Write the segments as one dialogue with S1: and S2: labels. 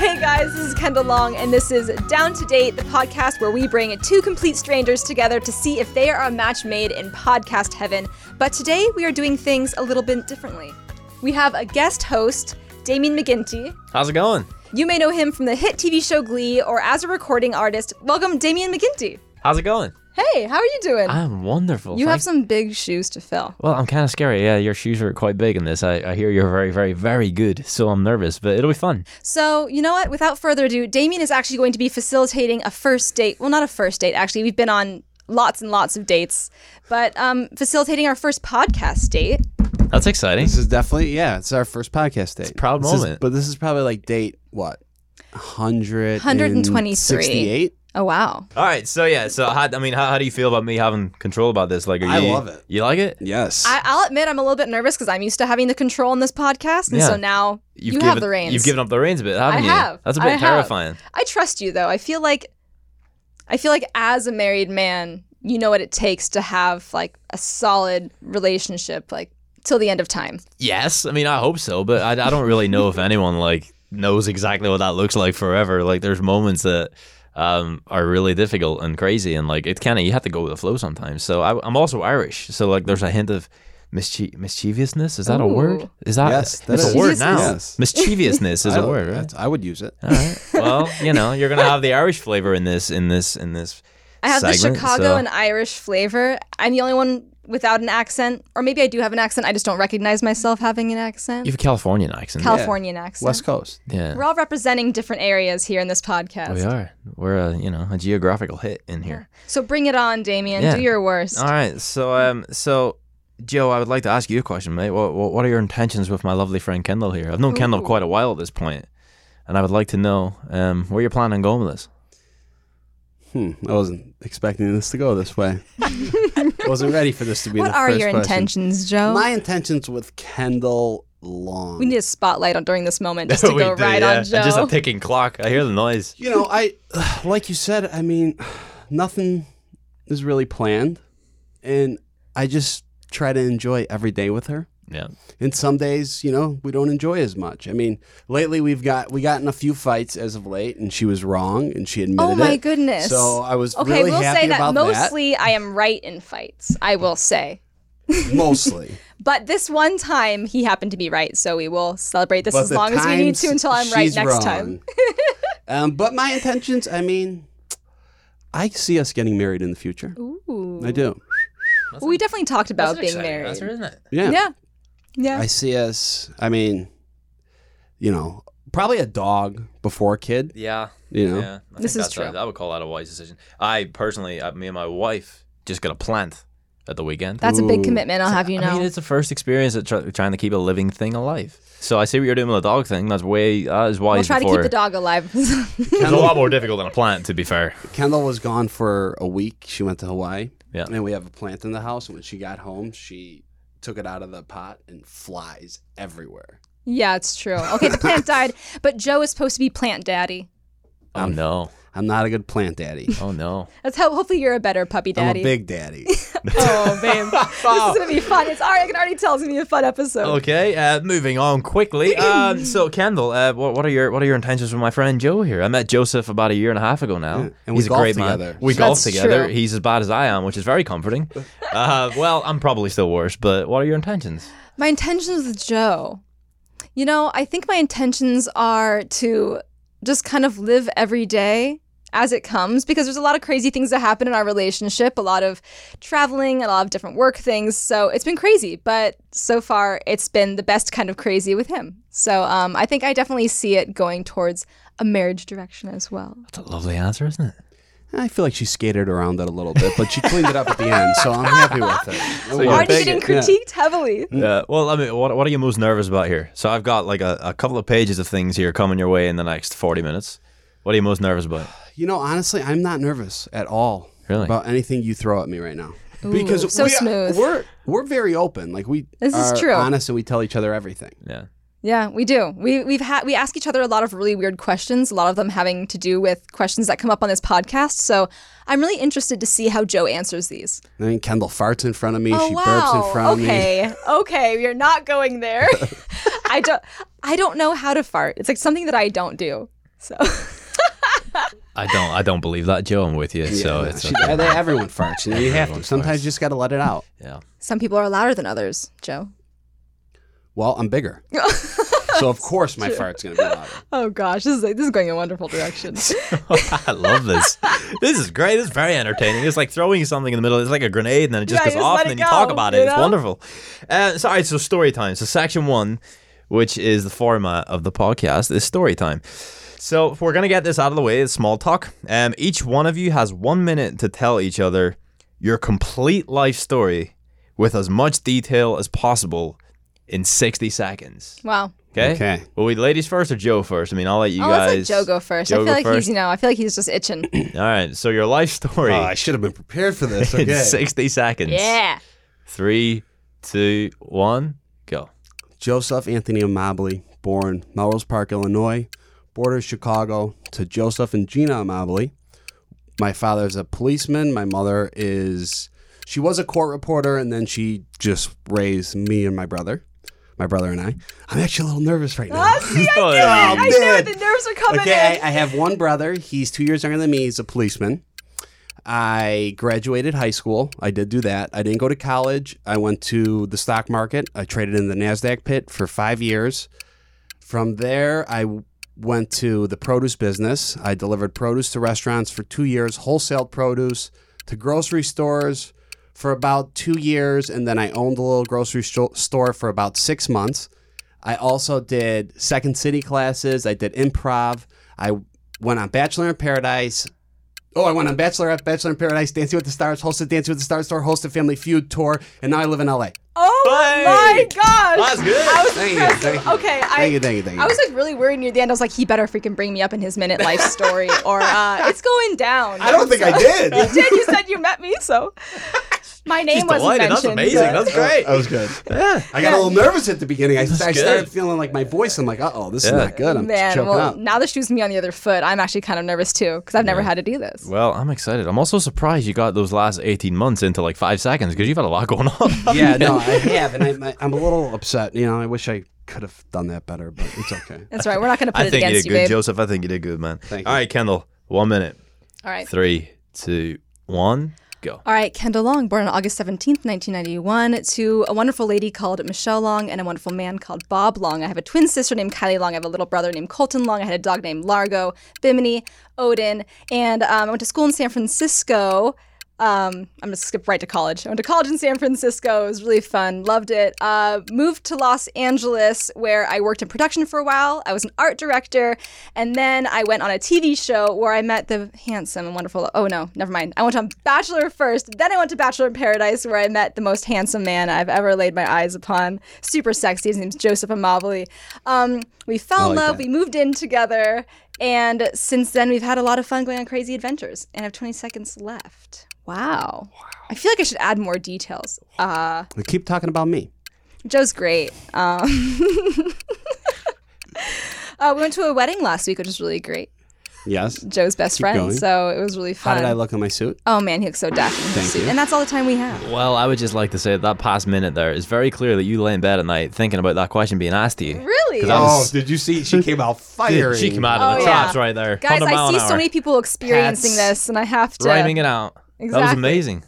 S1: guys, this is Kendall Long, and this is Down to Date, the podcast where we bring two complete strangers together to see if they are a match made in podcast heaven. But today we are doing things a little bit differently. We have a guest host, Damien McGinty.
S2: How's it going?
S1: You may know him from the hit TV show Glee or as a recording artist. Welcome, Damien McGinty.
S2: How's it going?
S1: Hey, how are you doing?
S2: I'm wonderful.
S1: you have
S2: thank-
S1: some big shoes to fill.
S2: Well, I'm kind of scary. Yeah, your shoes are quite big in this. I, I hear you're very, very, very good. So I'm nervous, but it'll be fun.
S1: So, you know what? Without further ado, Damien is actually going to be facilitating a first date. Well, not a first date, actually. We've been on lots and lots of dates, but um, facilitating our first podcast date.
S2: That's exciting.
S3: This is definitely yeah. It's our first podcast date.
S2: proud
S3: This is-
S2: moment.
S3: but this is probably like date what, hundred
S1: 123.
S3: sixty-eight.
S1: Oh, wow.
S2: All right. So yeah. So how, I mean, how, how do you feel about me having control about this? Like, are
S3: I
S2: you,
S3: love it.
S2: You like it?
S3: Yes.
S1: I- I'll admit I'm a little bit nervous because I'm used to having the control on this podcast. And
S2: Yeah.
S1: so now you
S2: given,
S1: have the reins.
S2: You've given up the reins a bit,
S1: I
S2: haven't you?
S1: have.
S2: That's a
S1: I
S2: bit
S1: have.
S2: terrifying.
S1: I trust you, though. I feel like. I feel like as a married man, you know what it takes to have like a solid relationship, like till the end of time.
S2: Yes. I mean, I hope so, but I, I don't really know if anyone like knows exactly what that looks like forever. Like, there's moments that um, are really difficult and crazy, and like it kind of you have to go with the flow sometimes. So I, I'm also Irish, so like there's a hint of mischie- mischievousness. Is that a
S1: Ooh.
S2: word? Is that
S3: Yes, that
S2: it's
S3: is.
S2: a word now?
S3: Yes.
S2: Mischievousness is
S3: I
S2: a
S3: don't-
S2: word, right?
S3: that's- I would use it.
S2: All right. Well, you know, you're gonna have the Irish flavor in this, in this, in this.
S1: I have
S2: segment,
S1: the Chicago
S2: so-
S1: and Irish flavor. I'm the only one without an accent, or maybe I do have an accent. I just don't recognize myself having an accent.
S2: you have a Californian accent.
S1: Californian accent.
S3: West Coast.
S2: yeah.
S1: We're all representing different areas here in this podcast.
S2: We are. We're a you know a geographical hit in here.
S1: So bring it on, Damien.
S2: Yeah.
S1: Do your worst.
S2: All right. So um so Joe, I would like to ask you a question, mate. What what, what are your intentions with my lovely friend Kendall here? I've known Kendall
S1: Ooh.
S2: quite a while at this point, and I would like to know um where you're planning on going with this.
S3: Hmm. I wasn't expecting this to go this way. wasn't ready for this to be.
S1: What
S3: the
S1: are
S3: first
S1: your
S3: question.
S1: intentions, Joe?
S3: My intentions with Kendall Long.
S1: we need a spotlight on during this moment just to go right on Joe.
S2: Just a ticking clock. I hear the noise.
S3: you know, I like you said. I mean, nothing is really planned, and I just try to enjoy every day with her.
S2: Yeah.
S3: and some days you know we don't enjoy as much i mean lately we've got we got in a few fights as of late and she was wrong and she admitted
S1: oh my
S3: it.
S1: goodness.
S3: so i was
S1: okay,
S3: really
S1: we'll
S3: happy
S1: say that
S3: about
S1: mostly I am right in fights. I will say.
S3: that mostly
S1: But this one time he happened to be right, so we will celebrate this
S3: but
S1: as
S3: the
S1: long as we need to
S3: times
S1: until I'm right
S3: she's
S1: next
S3: wrong.
S1: time.
S3: um, but my intentions i mean i see us getting married in the future
S1: Ooh.
S3: i do
S1: Well, we definitely talked about being married.
S2: isn't it?
S3: yeah.
S1: Yeah. Yeah.
S3: i see us i mean you know probably a dog before a kid
S2: Yeah.
S3: you know
S2: Yeah. I
S1: This
S2: think
S1: is
S2: that's a-
S1: true.
S2: I would call that a wise decision. I personally, I, me and my wife just got a plant at the weekend.
S1: That's a big
S3: Ooh.
S1: commitment, I'll have you know.
S2: I mean, it's the first experience at try- trying to keep a living thing alive. So I see what you're doing with the dog thing. That's way uh, as wise.
S1: we'll try to keep
S2: before-
S1: the dog alive.
S2: It's a lot more difficult than a plant, to be fair.
S3: Kendall was gone for a week. She went to Hawaii.
S2: Yeah.
S3: And we have a plant in the house. And when she got home, she took it out of the pot and flies everywhere.
S1: yeah, it's true. Okay, the plant died, but Joe is supposed to be plant daddy.
S2: Oh no!
S3: I'm not a good plant daddy.
S2: Oh no!
S1: That's how hopefully you're a better puppy
S3: I'm
S1: daddy.
S3: a big daddy.
S1: oh babe. This is gonna be fun. It's already I can already tell it's gonna be a fun episode.
S2: Okay, uh, moving on quickly. Um, so Kendall, uh, what, what are your what are your intentions with my friend Joe here? I met Joseph about a year and a half ago now.
S3: and we
S2: He's a
S3: golf
S2: great man.
S3: together.
S2: We
S1: That's
S2: golf together.
S1: true.
S2: He's as bad as I am, which is very comforting. Uh, well, I'm probably still worse, but what are your intentions?
S1: My intentions with Joe. You know, I think my intentions are to just kind of live every day as it comes because there's a lot of crazy things that happen in our relationship, a lot of traveling, a lot of different work things. So it's been crazy, but so far it's been the best kind of crazy with him. So um, I think I definitely see it going towards a marriage direction as well.
S2: That's a lovely answer, isn't it?
S3: I feel like she skated around it a little bit, but she cleaned it up at the end. So I'm happy with it. It
S2: you're
S3: worked.
S1: Already getting critiqued heavily.
S3: Mm.
S2: Yeah. Uh, Well, I mean, what, what are you most nervous about here? So I've got like a, a couple of pages of things here coming your way in the next 40 minutes. What are you most nervous about?
S3: You know, honestly, I'm not nervous at all
S2: Really?
S3: about anything you throw at me right now.
S1: Ooh, so
S3: we,
S1: smooth.
S3: we're we're very open. Like we
S1: This is
S3: are
S1: true.
S3: honest and we tell each other everything.
S2: Yeah.
S1: Yeah, we do. We we've had we ask each other a lot of really weird questions, a lot of them having to do with questions that come up on this podcast. So I'm really interested to see how Joe answers these.
S3: I mean, Kendall farts in front of me.
S1: oh
S3: she
S1: wow.
S3: burps in front of me.
S1: okay. Okay, you're not going there. I don't I don't know how to fart. It's like something that I don't do. So
S2: I don't. I don't believe that, Joe. I'm with you. so
S3: Yeah,
S2: it's
S3: she-
S2: okay.
S3: they- everyone farts. You, know, you have
S2: Everyone
S3: to. Sometimes
S2: farts.
S3: you just got to let it out.
S2: yeah.
S1: some people are louder than others, Joe.
S3: Well, I'm bigger, so of course my fart's gonna be louder.
S1: oh gosh, this is this is going in a wonderful direction.
S2: I love this. This is great. It's very entertaining. It's like throwing something in the middle. It's like a grenade, and then it just
S1: Yeah,
S2: goes
S1: you just
S2: off,
S1: let
S2: and then
S1: it
S2: you talk
S1: go,
S2: about it.
S1: you
S2: It's
S1: know?
S2: wonderful. Uh, so, all right. So, story time. So, section one, which is the format of the podcast, is story time. So, we're gonna get this out of the way. It's small talk. Um, each one of you has one minute to tell each other your complete life story with as much detail as possible in sixty seconds.
S1: wow.
S2: Okay.
S3: Okay.
S2: Well, we ladies first or Joe first? I mean, I'll let you
S1: Oh,
S2: guys.
S1: let's let Joe go first.
S2: Joe
S1: I
S2: go
S1: feel like
S2: first.
S1: he's you know I feel like he's just itching.
S2: All right. So your life story
S3: Oh, I should have been prepared for this.
S2: in
S3: Okay.
S2: 60 seconds.
S1: yeah.
S2: Three, two, one, go.
S3: Joseph Anthony Amabile, born Melrose Park, Illinois, border Chicago to Joseph and Gina Amabile. My father is a policeman. My mother is she was a court reporter, and then she just raised me and my brother, my brother and I. I'm actually a little nervous right now.
S1: Oh, see, I,
S2: Oh,
S1: I knew
S3: man.
S1: it. The nerves are coming
S3: Okay,
S1: in.
S3: I, I have one brother. He's two years younger than me. He's a policeman. I graduated high school. I did do that. I didn't go to college. I went to the stock market. I traded in the NASDAQ pit for five years. From there, I w- went to the produce business. I delivered produce to restaurants for two years, wholesale produce to grocery stores for about two years. And then I owned a little grocery sto- store for about six months. I also did Second City classes. I did improv. I went on Bachelor in Paradise. Oh, I went on Bachelorette, Bachelor in Paradise, Dancing with the Stars, hosted Dancing with the Stars tour, hosted Family Feud tour, and now I live in LA.
S1: Oh
S2: Hey.
S1: my gosh.
S2: That's good.
S1: I was
S3: Thank you,
S1: impressed.
S3: thank you.
S1: Okay, I
S3: Thank you, thank you, thank you.
S1: I was like really worried near the end. I was like, he better freaking bring me up in his minute life story, or uh, it's going down.
S3: I don't think I did.
S1: you did. You said you met me, so my name
S2: She's
S1: wasn't
S2: delighted. That's
S1: mentioned.
S2: amazing.
S1: but-
S2: That's great.
S3: I was good.
S2: Yeah.
S3: I got a little nervous at the beginning. I, I started
S2: good.
S3: feeling like my voice. I'm like, uh oh, this
S2: Yeah.
S3: is not good. I'm
S1: Man,
S3: choking
S1: well,
S3: up.
S1: now the shoe's me on the other foot. I'm actually kind of nervous too because I've never had to do this.
S2: Well, I'm excited. I'm also surprised you got those last 18 months into like five seconds because you've had a lot going on.
S3: Yeah, no, I have, and I, I'm a little upset. You know, I wish I could have done that better, but it's okay.
S1: That's right. We're not going to put
S2: I
S1: it
S2: think you
S1: against
S2: did
S1: you,
S2: good,
S1: babe.
S2: Joseph. I think you did good, man.
S3: Thank
S2: All
S3: you.
S2: right, Kendall, one minute.
S1: All right.
S2: Three, two, one, go.
S1: All right, Kendall Long, born on August 17th, 1991, to a wonderful lady called Michelle Long and a wonderful man called Bob Long. I have a twin sister named Kylie Long. I have a little brother named Colton Long. I had a dog named Largo, Bimini, Odin. And um, I went to school in San Francisco. Um, I'm going to skip right to college. I went to college in San Francisco. It was really fun. Loved it. Uh, moved to Los Angeles, where I worked in production for a while. I was an art director. And then I went on a TV show where I met the handsome and wonderful. Oh, no, never mind. I went on Bachelor first. Then I went to Bachelor in Paradise, where I met the most handsome man I've ever laid my eyes upon. Super sexy. His name's Joseph Amabile. Um, we fell in
S3: like
S1: love.
S3: that.
S1: We moved in together. And since then, we've had a lot of fun going on crazy adventures. And I have 20 seconds left. Wow. I feel like I should add more details. Uh,
S3: But keep talking about me.
S1: Joe's great. Um, uh, we went to a wedding last week, which was really great.
S3: Yes.
S1: Joe's best friend,
S3: going.
S1: so it was really fun.
S3: How did I look in my suit?
S1: Oh man, he looks so dapper.
S3: you.
S1: And that's all the time we have.
S2: Well, I would just like to say that past minute there is very clear that you lay in bed at night thinking about that question being asked to you.
S1: Really?
S2: 'Cause I was-
S3: Oh, did you see? She came out firing.
S2: She came out of
S1: Oh,
S2: the
S1: yeah.
S2: tops right there.
S1: Guys,
S2: 100 mile
S1: I
S2: an
S1: see so
S2: hour.
S1: many people experiencing
S3: Hats.
S1: this, and I have to.
S2: rhyming it out. That was
S1: Exactly.
S2: amazing.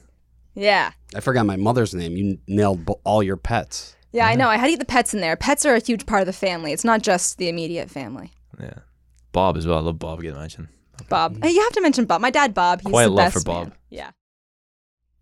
S1: Yeah.
S3: I forgot my mother's name. You nailed bo- all your pets.
S1: Yeah, I know. I had to get the pets in there. Pets are a huge part of the family. It's not just the immediate family.
S2: Yeah. Bob as well. I love Bob getting mentioned.
S1: Bob. Hey, You have to mention Bob. My dad, Bob. He's
S2: Quiet
S1: the
S2: Oh, love
S1: best
S2: for Bob.
S1: man. Yeah.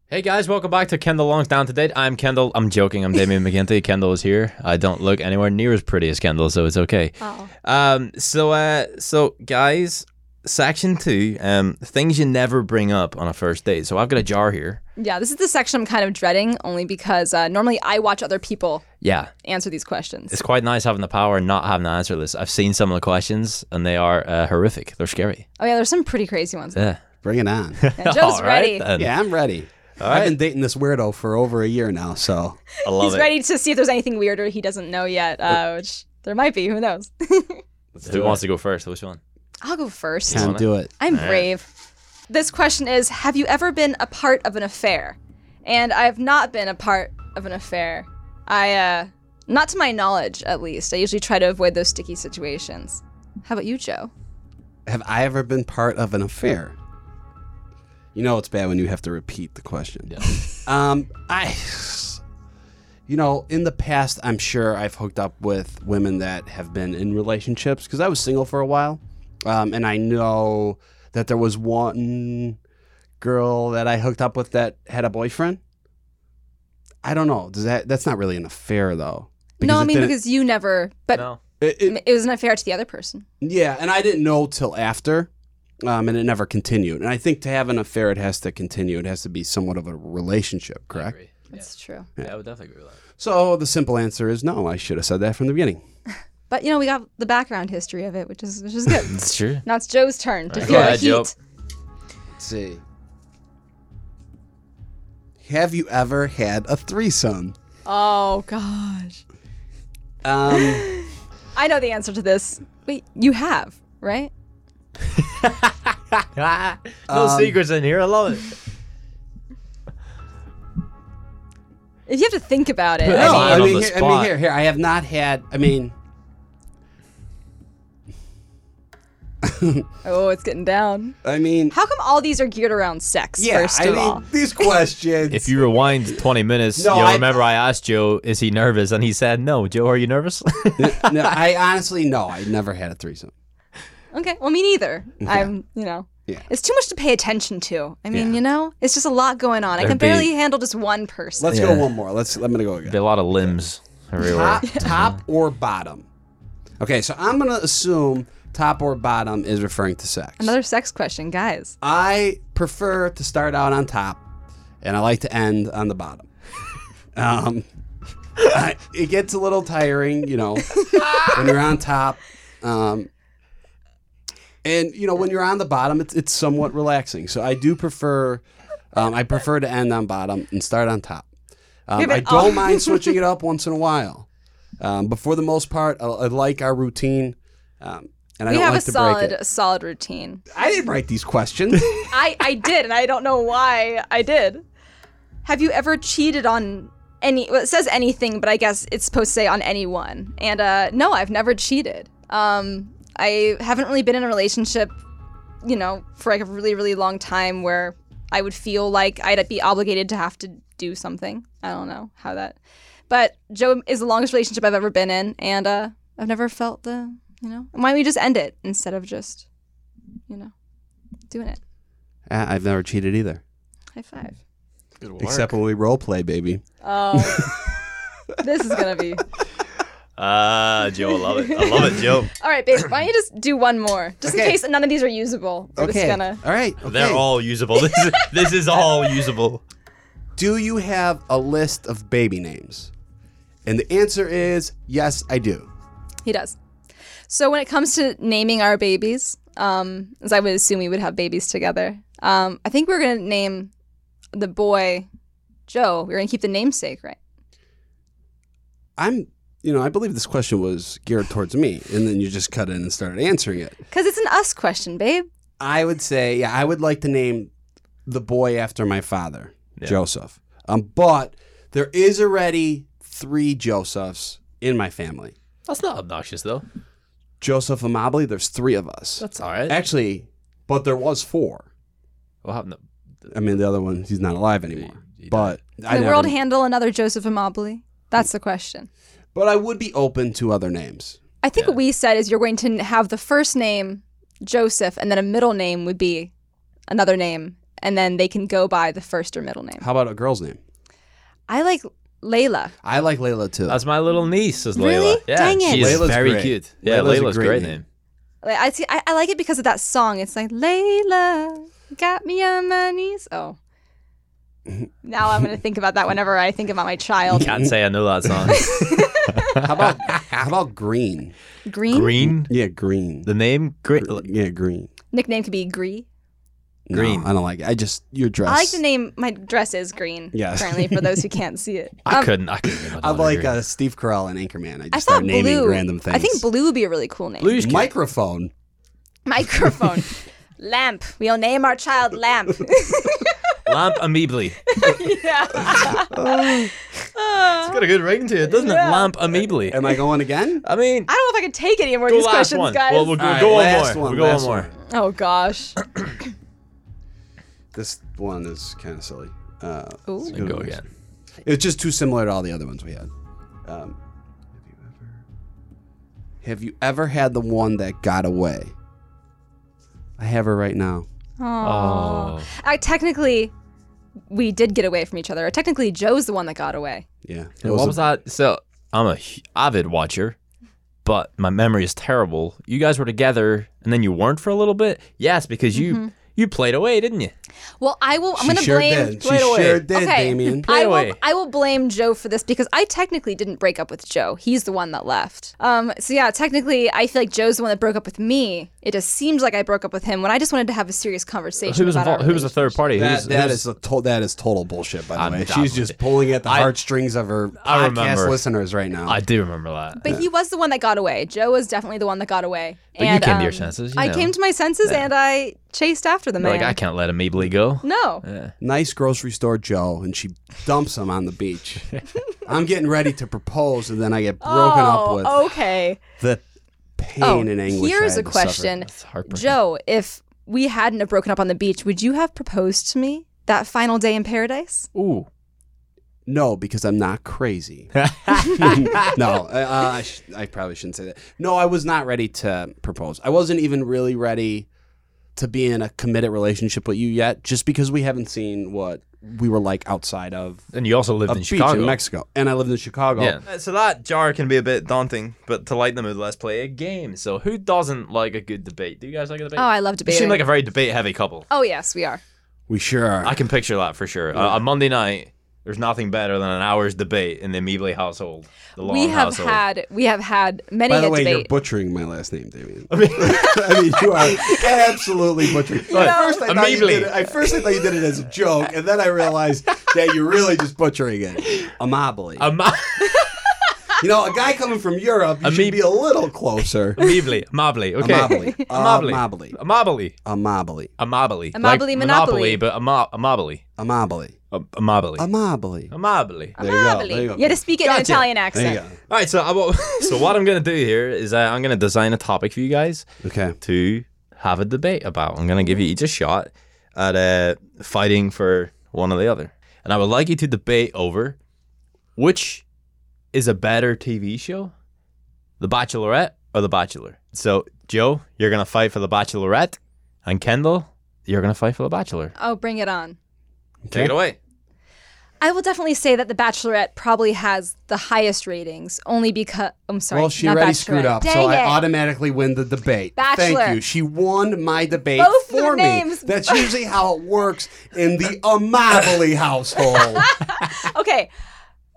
S2: Hey guys, welcome back to Kendall Long's Down to Date. I'm Kendall. I'm joking. I'm Damien McGinty. Kendall is here. I don't look anywhere near as pretty as Kendall, so it's okay.
S1: Oh.
S2: Um, so, uh, so guys, section two, um, things you never bring up on a first date. So I've got a jar here.
S1: Yeah, this is the section I'm kind of dreading, only because uh, normally I watch other people
S2: Yeah,
S1: answer these questions.
S2: it's quite nice having the power and not having to answer this. I've seen some of the questions, and they are uh, horrific. They're scary.
S1: Oh yeah, there's some pretty crazy ones.
S2: Yeah.
S3: Bring it on.
S1: And Joe's
S2: All right
S1: ready.
S2: then.
S3: yeah, I'm ready. I've been dating this weirdo for over a year now, so
S2: I love
S1: He's
S2: it.
S1: ready to see if there's anything weirder he doesn't know yet, uh, which there might be. Who knows?
S2: Who wants to go first? Which one?
S1: I'll go first.
S3: can do it.
S1: I'm
S2: Eh.
S1: brave. This question is Have you ever been a part of an affair? And I have not been a part of an affair. I, uh, not to my knowledge at least. I usually try to avoid those sticky situations. How about you, Joe?
S3: Have I ever been part of an affair? You know it's bad when you have to repeat the question.
S2: Yeah.
S3: Um, I, you know, in the past, I'm sure I've hooked up with women that have been in relationships because I was single for a while, um, and I know that there was one girl that I hooked up with that had a boyfriend. I don't know. Does that? That's not really an affair though.
S1: no, I
S3: it
S1: mean
S3: didn't-
S1: because you never. But
S2: No.
S3: it- it-
S1: it was not fair to the other person.
S3: yeah, and I didn't know till after, um, and it never continued. And I think to have an affair, it has to continue. It has to be somewhat of a relationship,
S2: I
S3: correct?
S2: agree. Yeah.
S1: That's true.
S2: yeah, I would definitely agree with that.
S3: So the simple answer is no. I should have said that from the beginning.
S1: But you know, we got the background history of it, which is which is good.
S2: That's true.
S1: now it's Joe's turn to
S2: Alright,
S1: feel
S2: go
S1: the
S2: ahead, Joe.
S1: heat.
S3: Let's see. Have you ever had a threesome?
S1: Oh gosh,
S3: Um,
S1: I know the answer to this. Wait, you have right?
S2: no secrets in here. I love it.
S1: If you have to think about it, I
S2: Yeah.
S3: no,
S1: mean,
S2: Not
S3: I
S2: on the
S3: mean, here, I mean,
S2: spot.
S3: here, here. I have not had. I mean,
S1: oh, it's getting down.
S3: I mean,
S1: How come all these are geared around sex?
S3: yeah.
S1: first
S3: I
S1: of
S3: mean,
S1: all,
S3: these questions.
S2: If you rewind 20 minutes,
S3: No,
S2: you'll
S3: I-
S2: remember I asked Joe, is he nervous? And he said, no. Joe, are you nervous?
S3: no, I honestly no. I never had a threesome.
S1: okay. Well, me neither. I'm, you know,
S3: Yeah.
S1: it's too much to pay attention to. I mean,
S3: Yeah.
S1: you know, it's just a lot going on. I
S2: There'd
S1: can
S2: be-
S1: barely handle just one person.
S3: Let's
S2: Yeah.
S3: go one more. Let's. I'm gonna go again.
S2: a lot of limbs everywhere.
S3: top, top or bottom. Okay, so I'm gonna assume top or bottom is referring to sex.
S1: Another sex question, guys.
S3: I prefer to start out on top, and I like to end on the bottom. um, I- it gets a little tiring, you know, when you're on top. Um, and you know, when you're on the bottom, it's it's somewhat relaxing. So I do prefer, um, I prefer to end on bottom and start on top. Um,
S1: Yeah, but-
S3: I
S1: oh.
S3: don't mind switching it up once in a while, um, but for the most part, I, I like our routine, um, and I
S1: we
S3: don't
S1: have
S3: like
S1: a
S3: to break
S1: solid,
S3: it.
S1: a solid routine.
S3: I didn't write these questions.
S1: I, I did, and I don't know why I did. Have you ever cheated on any? Well, it says anything, but I guess it's supposed to say on anyone. And uh, no, I've never cheated. Um, I haven't really been in a relationship, you know, for like a really, really long time where I would feel like I'd be obligated to have to do something. I don't know how that. But Joe is the longest relationship I've ever been in, and uh, I've never felt the, you know, why don't we just end it instead of just, you know, doing it.
S3: Uh, I've never cheated either.
S1: High five.
S3: Except when we role play, baby.
S1: Oh. this is gonna be
S2: Ah, Joe, I love it. I love it, Joe.
S1: all right, babe. Why don't you just do one more, just in
S3: Okay.
S1: case none of these are usable? We're just gonna.
S3: All right.
S2: They're
S3: okay.
S2: all usable. This is, this is all usable.
S3: Do you have a list of baby names? And the answer is yes, I do.
S1: He does. So when it comes to naming our babies, um, as I would assume we would have babies together, um, I think we're gonna name the boy Joe. We're gonna keep the namesake, right?
S3: I'm, you know, I believe this question was geared towards me, and then you just cut in and started answering it.
S1: Because it's an us question, babe.
S3: I would say, yeah, I would like to name the boy after my father,
S2: Yeah.
S3: Joseph. Um, but there is already three Josephs in my family.
S2: That's not obnoxious, though.
S3: Joseph Amabile, there's three of us.
S2: That's all right.
S3: Actually, but there was four.
S2: What happened?
S3: I mean, the other one, he's not alive anymore.
S2: He- he
S3: But I
S1: Can the world
S3: never-
S1: handle another Joseph Amabile? That's the question.
S3: but I would be open to other names.
S1: I think what we said is you're going to have the first name Joseph, and then a middle name would be another name, and then they can go by the first or middle name.
S3: How about a girl's name?
S1: I like Layla.
S3: I like Layla too.
S2: That's my little niece, is
S1: Really?
S2: Layla. Yeah,
S1: Dang it.
S2: she's
S3: Layla's
S2: very
S3: great.
S2: cute. Yeah,
S3: Layla's
S2: Layla's,
S3: a
S2: a
S3: great
S2: great,
S3: name.
S2: name.
S1: Like, I see. I, I like it because of that song. It's like Layla got me on my knees. Oh, now I'm gonna think about that whenever I think about my child.
S2: Can't say I know that song.
S3: how about how about Green?
S1: Green
S2: Green.
S3: Yeah, Green.
S2: The name Green.
S3: yeah, Green.
S1: nickname could be Gree.
S3: No,
S2: Green.
S3: I don't like it. I just your dress.
S1: I like the name. My dress is green.
S3: Yes.
S1: Apparently, for those who can't see it.
S2: I
S1: Um,
S2: couldn't. I couldn't.
S3: I'm like uh, Steve Carell and Anchorman. I just
S1: I
S3: start
S1: thought
S3: naming
S1: blue.
S3: random things.
S1: I think blue would be a really cool name.
S2: Blue's cute.
S3: microphone.
S1: microphone. Lamp. We'll name our child Lamp.
S2: Lamp Ameebly.
S1: yeah.
S2: It's got a good ring to it, doesn't
S1: Yeah.
S2: it? Lamp amoebly.
S3: Am I going again?
S2: I mean,
S1: I don't know if I can take any more of
S2: go
S1: these
S2: last
S1: questions,
S2: one.
S1: guys.
S2: Well, we'll go,
S3: All right,
S2: go
S3: last
S2: one more.
S3: one,
S2: we'll go
S3: last
S2: one more.
S3: one.
S1: oh gosh.
S3: This one is kind of silly. Uh,
S1: Ooh.
S3: let's
S2: Then
S3: to
S2: go
S3: the next
S2: again.
S3: one. It's just too similar to all the other ones we had. Um, have you ever? Have you ever had the one that got away? I have her right now.
S1: Aw.
S2: Oh.
S1: I technically we did get away from each other. Technically, Joe's the one that got away.
S3: Yeah. It
S2: What was that? So I'm a hu- avid watcher, but my memory is terrible. You guys were together, and then you weren't for a little bit. Yes, because you you played away, didn't you?
S1: Well, I will. I'm
S3: She
S1: gonna
S3: sure
S1: blame.
S3: did. She
S2: Right away.
S3: sure did,
S1: okay,
S3: Damien.
S1: I
S2: away.
S1: will. I will blame Joe for this because I technically didn't break up with Joe. He's the one that left. Um. So yeah, technically, I feel like Joe's the one that broke up with me. It just seems like I broke up with him when I just wanted to have a serious conversation.
S2: Who was
S1: about our
S2: involved? Who was the third
S1: relationship.
S2: party? Who
S3: That,
S2: was-
S3: that
S2: who's-
S3: is a to- that is total bullshit. By the
S2: I'm
S3: way,
S2: done
S3: she's
S2: with
S3: just
S2: it.
S3: pulling at the
S2: I-
S3: heartstrings of her
S2: I
S3: podcast
S2: remember.
S3: listeners right now.
S2: I do remember that.
S1: But he was the one that got away. Joe was definitely the one that got away.
S2: But you
S1: and,
S2: came to your
S1: um,
S2: senses, you
S1: I
S2: know.
S1: came to my senses and I chased after the man.
S2: like I can't let Ameebly go.
S1: no.
S3: nice grocery store Joe, and she dumps him on the beach. I'm getting ready to propose, and then I get broken up
S1: Oh,
S3: with
S1: Okay.
S3: the pain
S1: Oh,
S3: and anguish. I
S1: here's
S3: had
S1: a
S3: to
S1: question.
S2: That's heartbreaking.
S1: Joe, if we hadn't have broken up on the beach, would you have proposed to me that final day in paradise?
S2: Ooh.
S3: suffer. No, because I'm not crazy. no, uh, I, sh- I probably shouldn't say that. No, I was not ready to propose. I wasn't even really ready to be in a committed relationship with you yet, just because we haven't seen what we were like outside of
S2: And you also lived
S3: a
S2: in
S3: beach
S2: Chicago.
S3: in Mexico, and I lived in Chicago.
S2: Yeah.
S4: Uh, So that jar can be a bit daunting, but to lighten the mood, let's play.
S2: play a game. So who doesn't like a good debate? Do you guys like a debate?
S1: Oh, I love
S2: you
S1: debating.
S2: seem like a very debate heavy couple.
S1: oh, yes, we are.
S3: We sure are.
S2: I can picture that for sure. Uh, on Monday night, there's nothing better than an hour's debate in the Ameebly household. The long
S1: We have
S2: household.
S1: had we have had many
S3: By the
S1: a
S3: way, you're
S1: debate.
S3: butchering my last name, Damien. I mean, you are absolutely butchering. At first, I thought you
S2: Immediately.
S3: did it, at first, I thought you did it as a joke, and then I realized that you're really just butchering it. Amably.
S2: Am-
S3: you know, a guy coming from Europe, you should
S2: Amib-
S3: be a little closer.
S2: Ameebly. Amably. Okay.
S3: Amably.
S2: Amably.
S3: Amably.
S2: Amably.
S3: Amably.
S2: Amably.
S1: Amably, Monopoly.
S2: but ama- Amably.
S3: Amably.
S2: Am- Amably.
S3: Amably.
S2: Amably.
S3: There you go.
S1: Probably.
S3: There you go.
S1: had to speak it in an
S2: Gotcha.
S1: Italian
S3: There you
S1: accent.
S3: go.
S2: All right. So, I will- so what I'm going to do here is I, I'm going to design a topic for you guys
S3: Okay.
S2: to have a debate about. I'm going to give you each a shot at uh, fighting for one or the other. And I would like you to debate over which is a better TV show, The Bachelorette or The Bachelor. So, Joe, you're going to fight for The Bachelorette, and Kendall, you're going to fight for The Bachelor.
S1: Oh, bring it on.
S2: Take it away.
S1: I will definitely say that The Bachelorette probably has the highest ratings, only because I'm sorry.
S3: Well, she
S1: not
S3: already
S1: Bachelorette.
S3: screwed up,
S1: Dang
S3: so
S1: it.
S3: I automatically win the debate.
S1: Bachelor.
S3: Thank you. She won my debate
S1: Both
S3: for
S1: their
S3: me.
S1: names.
S3: That's usually how it works in the Amabile household.
S1: okay.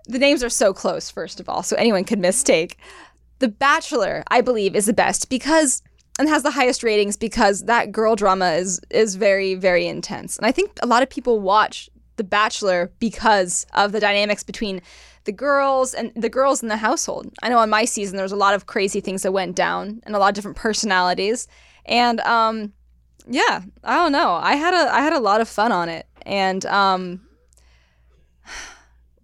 S1: The names are so close, first of all, so anyone could mistake. The Bachelor, I believe, is the best because and has the highest ratings because that girl drama is is very, very intense. And I think a lot of people watch The Bachelor because of the dynamics between the girls and the girls in the household. I know on my season there was a lot of crazy things that went down and a lot of different personalities. And um yeah, I don't know. I had a I had a lot of fun on it. And um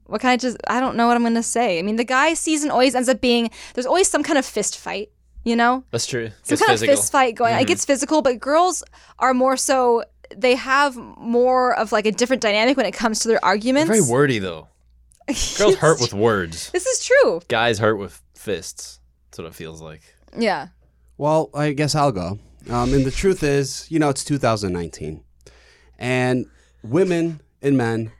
S1: what can I just? I don't know what I'm gonna say. I mean, the guy season always ends up being there's always some kind of fist fight, you know,
S2: That's true.
S1: some kind of fist fight going. It gets physical, but girls are more so. They have more of like a different dynamic when it comes to their arguments.
S2: Very wordy, though. Girls hurt with words,
S1: this is true.
S2: guys hurt with fists. That's what it feels like.
S1: Yeah.
S3: Well, I guess I'll go. Um, and the truth is, you know, it's 2019, and women and men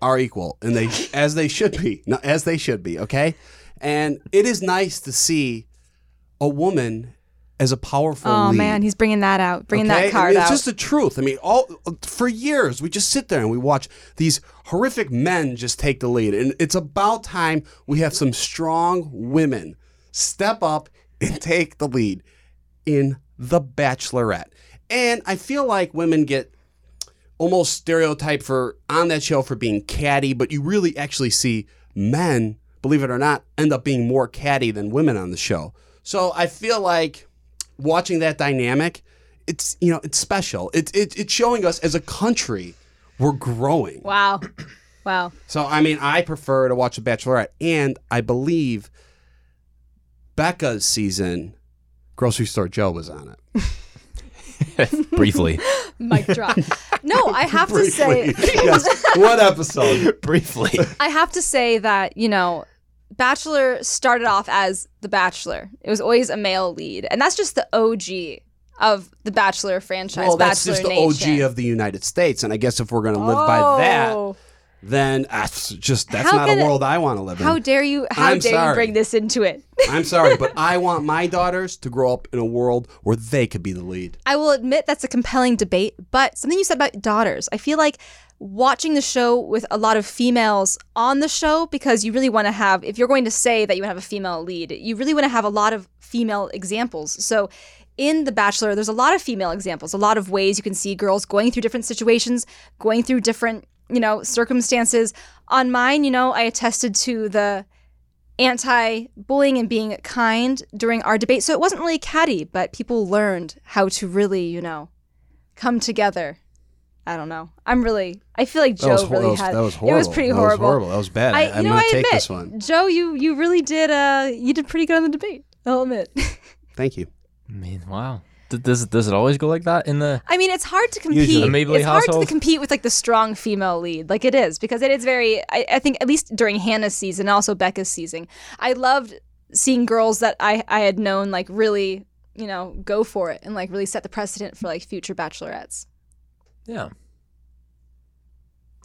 S3: are equal, and they as they should be, no, as they should be. Okay, and it is nice to see a woman as a powerful.
S1: Oh
S3: lead,
S1: man, he's bringing that out, bringing
S3: okay?
S1: that card
S3: I mean, it's
S1: out.
S3: just the truth. I mean, all for years we just sit there and we watch these horrific men just take the lead, and it's about time we have some strong women step up and take the lead in The Bachelorette. And I feel like women get almost stereotyped for on that show for being catty, but you really actually see men, believe it or not, end up being more catty than women on the show. So I feel like watching that dynamic, it's you know, it's special. It's it, it's showing us as a country we're growing.
S1: wow. Wow.
S3: So I mean, I prefer to watch The Bachelorette, and I believe Becca's season, Grocery Store Joe was on it.
S2: briefly,
S1: Mic drop. No, I have to say,
S3: yes, one episode.
S2: briefly.
S1: I have to say that, you know, Bachelor started off as The Bachelor. It was always a male lead. And that's just the OG of the Bachelor franchise.
S3: Well, that's
S1: Bachelor
S3: just the
S1: Nation.
S3: OG of the United States, and I guess if we're going to live by that,
S1: Oh,
S3: then that's just that's
S1: How
S3: not a
S1: can-
S3: world I want to live in.
S1: How dare you how
S3: I'm
S1: dare
S3: sorry.
S1: you bring this into it?
S3: I'm sorry, but I want my daughters to grow up in a world where they could be the lead.
S1: I will admit that's a compelling debate, but something you said about daughters, I feel like watching the show with a lot of females on the show because you really want to have if you're going to say that you have a female lead, you really want to have a lot of female examples. So in The Bachelor, there's a lot of female examples, a lot of ways you can see girls going through different situations, going through different, you know, circumstances. On mine, you know, I attested to the anti bullying and being kind during our debate. So it wasn't really catty, but people learned how to really, you know, come together. I don't know. I'm really, I feel like Joe
S3: hor-
S1: really had.
S3: that was
S1: It
S3: horrible.
S1: was pretty
S3: that
S1: horrible.
S3: Was horrible. That was bad. I,
S1: I,
S3: am
S1: you know,
S3: going
S1: I
S3: to take
S1: admit,
S3: this one.
S1: Joe, you you really did. Uh, you did pretty good on the debate. I'll admit.
S3: Thank you.
S2: I mean, wow. D- Does does it always go like that in the?
S1: I mean, it's hard to compete.
S3: Usually.
S2: Amoebly
S1: it's hard
S2: household?
S1: to compete with like the strong female lead, like it is, because it is very. I, I think at least during Hannah's season, also Becca's season, I loved seeing girls that I I had known like really, you know, go for it and like really set the precedent for like future bachelorettes.
S2: Yeah.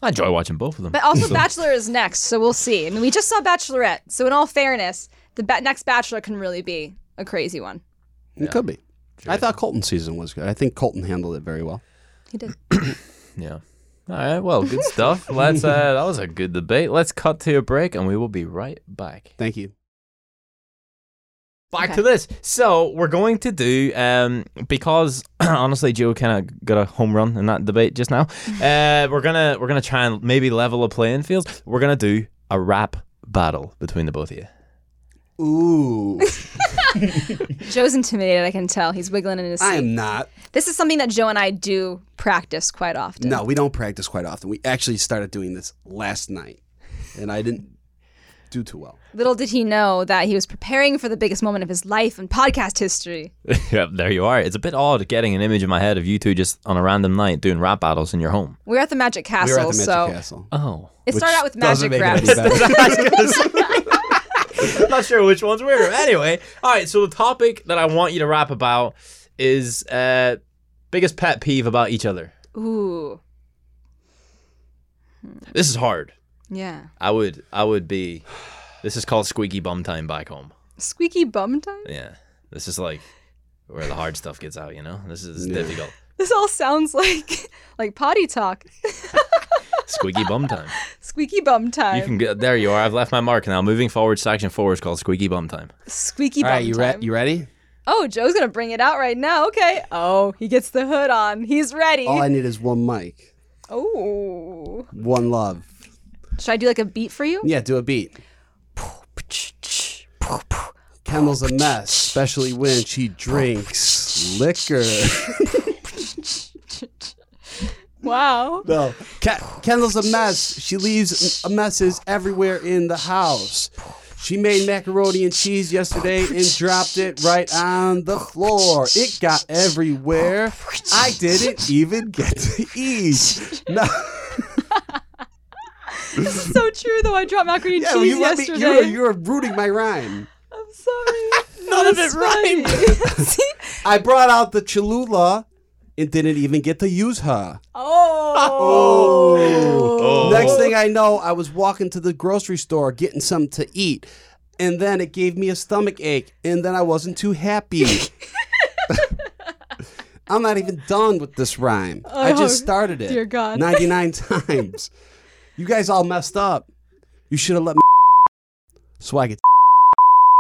S2: I enjoy watching both of them.
S1: But also, Bachelor is next, so we'll see. I mean, we just saw Bachelorette, so in all fairness, the ba- next Bachelor can really be a crazy one.
S3: It could be. I thought Colton's season was good. I think Colton handled it very well.
S1: He did.
S2: Yeah. All right. Well, good stuff. Let's. Uh, that was a good debate. Let's cut to a break, and we will be right back.
S3: Thank you.
S2: Back
S1: Okay.
S2: to this. So we're going to do um, because honestly, Joe kind of got a home run in that debate just now. Uh, we're gonna we're gonna try and maybe level a playing field. We're gonna do a rap battle between the both of you.
S3: Ooh,
S1: Joe's intimidated. I can tell. He's wiggling in his seat.
S3: I am not.
S1: This is something that Joe and I do practice quite often.
S3: No, we don't practice quite often. We actually started doing this last night, and I didn't do too well.
S1: Little did he know that he was preparing for the biggest moment of his life in podcast history.
S2: yep, there you are. It's a bit odd getting an image in my head of you two just on a random night doing rap battles in your home.
S1: We were at the Magic Castle,
S3: we were at the Magic
S1: so
S3: Castle.
S2: Oh,
S1: it started out with magic
S3: Doesn't make it
S1: wraps.
S3: any better.
S2: I'm not sure which one's weirder. Anyway, all right. So the topic that I want you to rap about is uh, biggest pet peeve about each other.
S1: Ooh,
S2: This is hard.
S1: yeah.
S2: I would I would be. This is called squeaky bum time back home.
S1: Squeaky bum time?
S2: Yeah, this is like where the hard stuff gets out. You know, this is difficult.
S1: This all sounds like like potty talk.
S2: Squeaky bum time.
S1: Squeaky bum time.
S2: You can get there. You are. I've left my mark now. Moving forward, section four is called squeaky bum time.
S1: Squeaky
S3: All
S1: bum
S3: right, you, re-
S1: time.
S3: you ready?
S1: oh, Joe's gonna bring it out right now. Okay. Oh, he gets the hood on. He's ready.
S3: All Oh, I need is one mic,
S1: oh.
S3: one love.
S1: Should I do like a beat for you?
S3: Yeah, do a beat. Kendall's a mess, especially when she drinks liquor.
S1: Wow.
S3: No, Ke- Kendall's a mess. She leaves m- messes everywhere in the house. She made macaroni and cheese yesterday and dropped it right on the floor. It got everywhere. I didn't even get to eat. No,
S1: This is so true though. I dropped macaroni and
S3: yeah, well,
S1: cheese
S3: you let me.
S1: yesterday.
S3: You're, you're rooting my rhyme.
S1: I'm sorry. None of it rhymed.
S3: I brought out the Cholula and didn't even get to use her.
S1: Oh.
S3: Next thing I know, I was walking to the grocery store getting something to eat, and then it gave me a stomach ache, and then I wasn't too happy. I'm not even done with this rhyme. I just
S1: Oh,
S3: started it.
S1: dear God.
S3: 99 times. You guys all messed up. You should have let me so I could.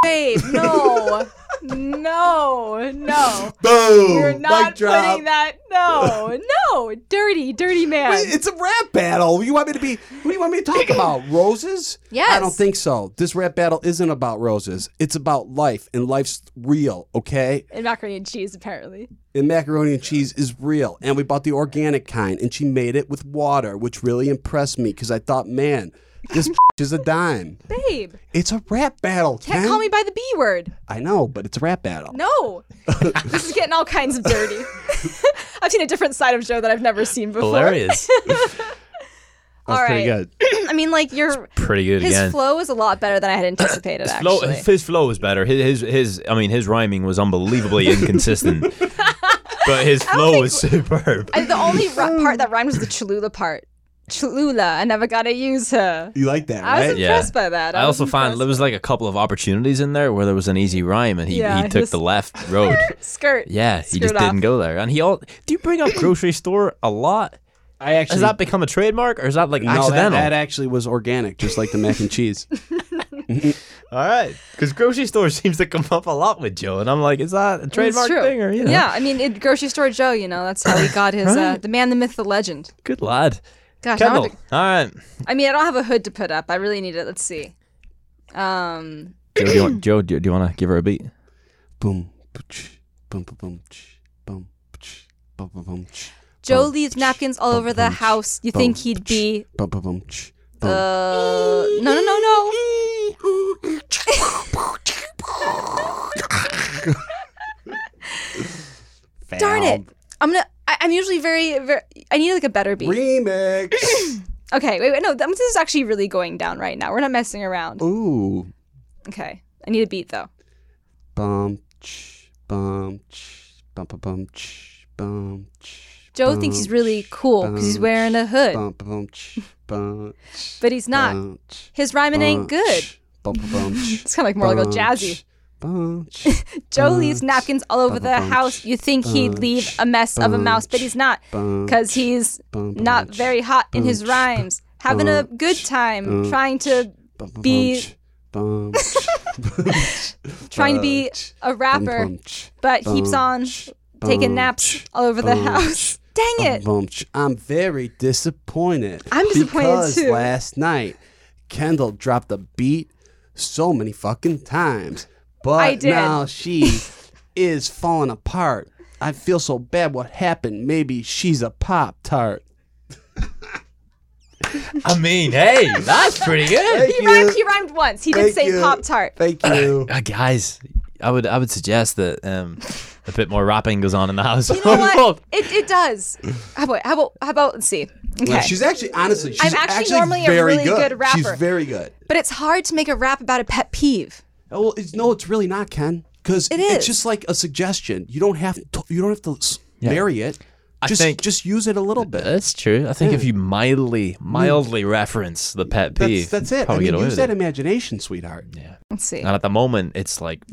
S1: Babe, no. no, no.
S3: Boom!
S1: You're
S3: Mic
S1: not
S3: drop.
S1: putting that. No, no. Dirty, dirty man.
S3: Wait, It's a rap battle. You want me to be? What do you want me to talk about? Roses?
S1: Yes.
S3: I don't think so. This rap battle isn't about roses. It's about life, and life's real. Okay.
S1: and macaroni and cheese, apparently.
S3: And macaroni and cheese is real, and we bought the organic kind, and she made it with water, which really impressed me because I thought, man, this is a dime.
S1: Babe,
S3: It's a rap battle.
S1: can't
S3: Ken.
S1: call me by the B word.
S3: I know, but it's a rap battle.
S1: No. this is getting all kinds of dirty. I've seen a different side of Joe that I've never seen before.
S2: Hilarious.
S1: All right. I mean, like your
S2: Pretty good
S1: his
S2: again.
S1: flow is a lot better than I had anticipated.
S2: Flow,
S1: actually,
S2: his flow was better. His, his his I mean his rhyming was unbelievably inconsistent, but his flow was superb.
S1: I, the only ra- part that rhymed was the Cholula part. Cholula, I never gotta use her.
S3: You like that,
S1: I was
S3: right?
S2: Yeah.
S1: impressed by that.
S2: I
S1: was
S2: also found
S1: impressed.
S2: there was like a couple of opportunities in there where there was an easy rhyme and he,
S1: Yeah,
S2: he
S1: he
S2: took
S1: was-
S2: the left road.
S1: skirt.
S2: Yeah, he just
S1: Screwed off.
S2: didn't go there. And he all do you bring up grocery store a lot?
S3: I actually
S2: Has that become a trademark or is that like
S3: no, that-
S2: accidental?
S3: That, actually was organic, just like the mac and cheese.
S2: all right, because grocery store seems to come up a lot with Joe, and I'm like, is that a
S1: It's
S2: trademark
S1: true.
S2: thing or you know?
S1: Yeah, I mean, it, grocery store Joe. You know, that's how he got his uh, the man, the myth, the legend.
S2: Good lad,
S1: Gosh, I,
S2: Kendall.
S1: want to,
S2: All right,
S1: I mean, I don't have a hood to put up. I really need it. Let's see. Um,
S2: Joe, do you want, Joe, do you, do you want to give her a beat?
S3: boom, pooch, boom, boom, boom, tch, boom, pooch, boom, boom, boom, tch,
S1: Joe
S2: Oh.
S3: boom,
S1: leaves
S3: tch,
S1: napkins all
S3: boom,
S1: over the
S3: boom, tch,
S1: house. You
S3: boom,
S1: think he'd
S3: tch,
S1: be?
S3: boom, boom, boom, tch, boom.
S1: Uh, no, no, no, no. Darn it! I'm gonna. I, I'm usually very, very. I need like a better beat.
S3: Remix.
S1: Okay, wait, wait, no, that- this is actually really going down right now. We're not messing around.
S3: Ooh.
S1: Okay, I need a beat though.
S3: Bum, tch, bum, tch, bum, bum, bum, tch, bum, tch.
S1: Joe thinks he's really cool because he's wearing a hood,
S3: Bum, bum, bum, tch, bum, tch,
S1: but he's not.
S3: bum, tch,
S1: His rhyming ain't
S3: bum,
S2: Uh,
S1: good.
S3: tch, Bum, bum, bum, tch,
S1: It's kind of like more like a
S3: bum,
S1: jazzy.
S3: tch, Bum, tch,
S1: Joe leaves napkins all over the
S3: bunch,
S1: house. You think he'd leave a mess of a mouse, but he's not
S3: bunch,
S1: because he's
S3: bunch,
S1: not very hot in his
S3: bunch,
S1: rhymes. Having a good time, trying to
S3: bum, bum,
S1: be-
S3: bum, tch, bum, tch,
S1: trying to be
S3: bunch,
S1: a
S3: bum,
S1: rapper,
S3: bum, tch,
S1: but keeps on
S3: bunch,
S1: taking
S3: bunch.
S1: naps all over the
S3: bunch,
S1: house. Dang it!
S3: Bumch. I'm very disappointed.
S1: I'm disappointed
S3: because
S1: too.
S3: Last night, Kendall dropped a beat so many fucking times, but
S1: I did.
S3: now she is falling apart. I feel so bad. What happened? Maybe she's a pop tart.
S2: I mean, hey, that's pretty good.
S1: He rhymed. He rhymed once. He did
S3: Thank
S1: say
S3: you.
S1: Pop Tart.
S3: Thank you.
S2: Uh, guys, I would I would suggest that um, a bit more rapping goes on in the house.
S1: You know what? It, it does. How about how about how about let's see. Okay.
S3: She's actually honestly, she's
S1: I'm actually normally a
S3: very
S1: really good rapper.
S3: She's very good.
S1: but it's hard to make a rap about a pet peeve.
S3: Oh, well, it's, no, it's really not, Ken. Because
S1: It
S3: it's
S1: is.
S3: just like a suggestion. You don't have to, you don't have to s marry it. Just
S2: think-
S3: just use it a little bit.
S2: That's true. I think if you mildly mildly reference the pet
S3: That's,
S2: peeve,
S3: that's it. I
S2: Probably
S3: mean,
S2: get away
S3: use
S2: with
S3: that
S2: it.
S3: imagination, sweetheart.
S1: Let's see.
S2: And at the moment, it's like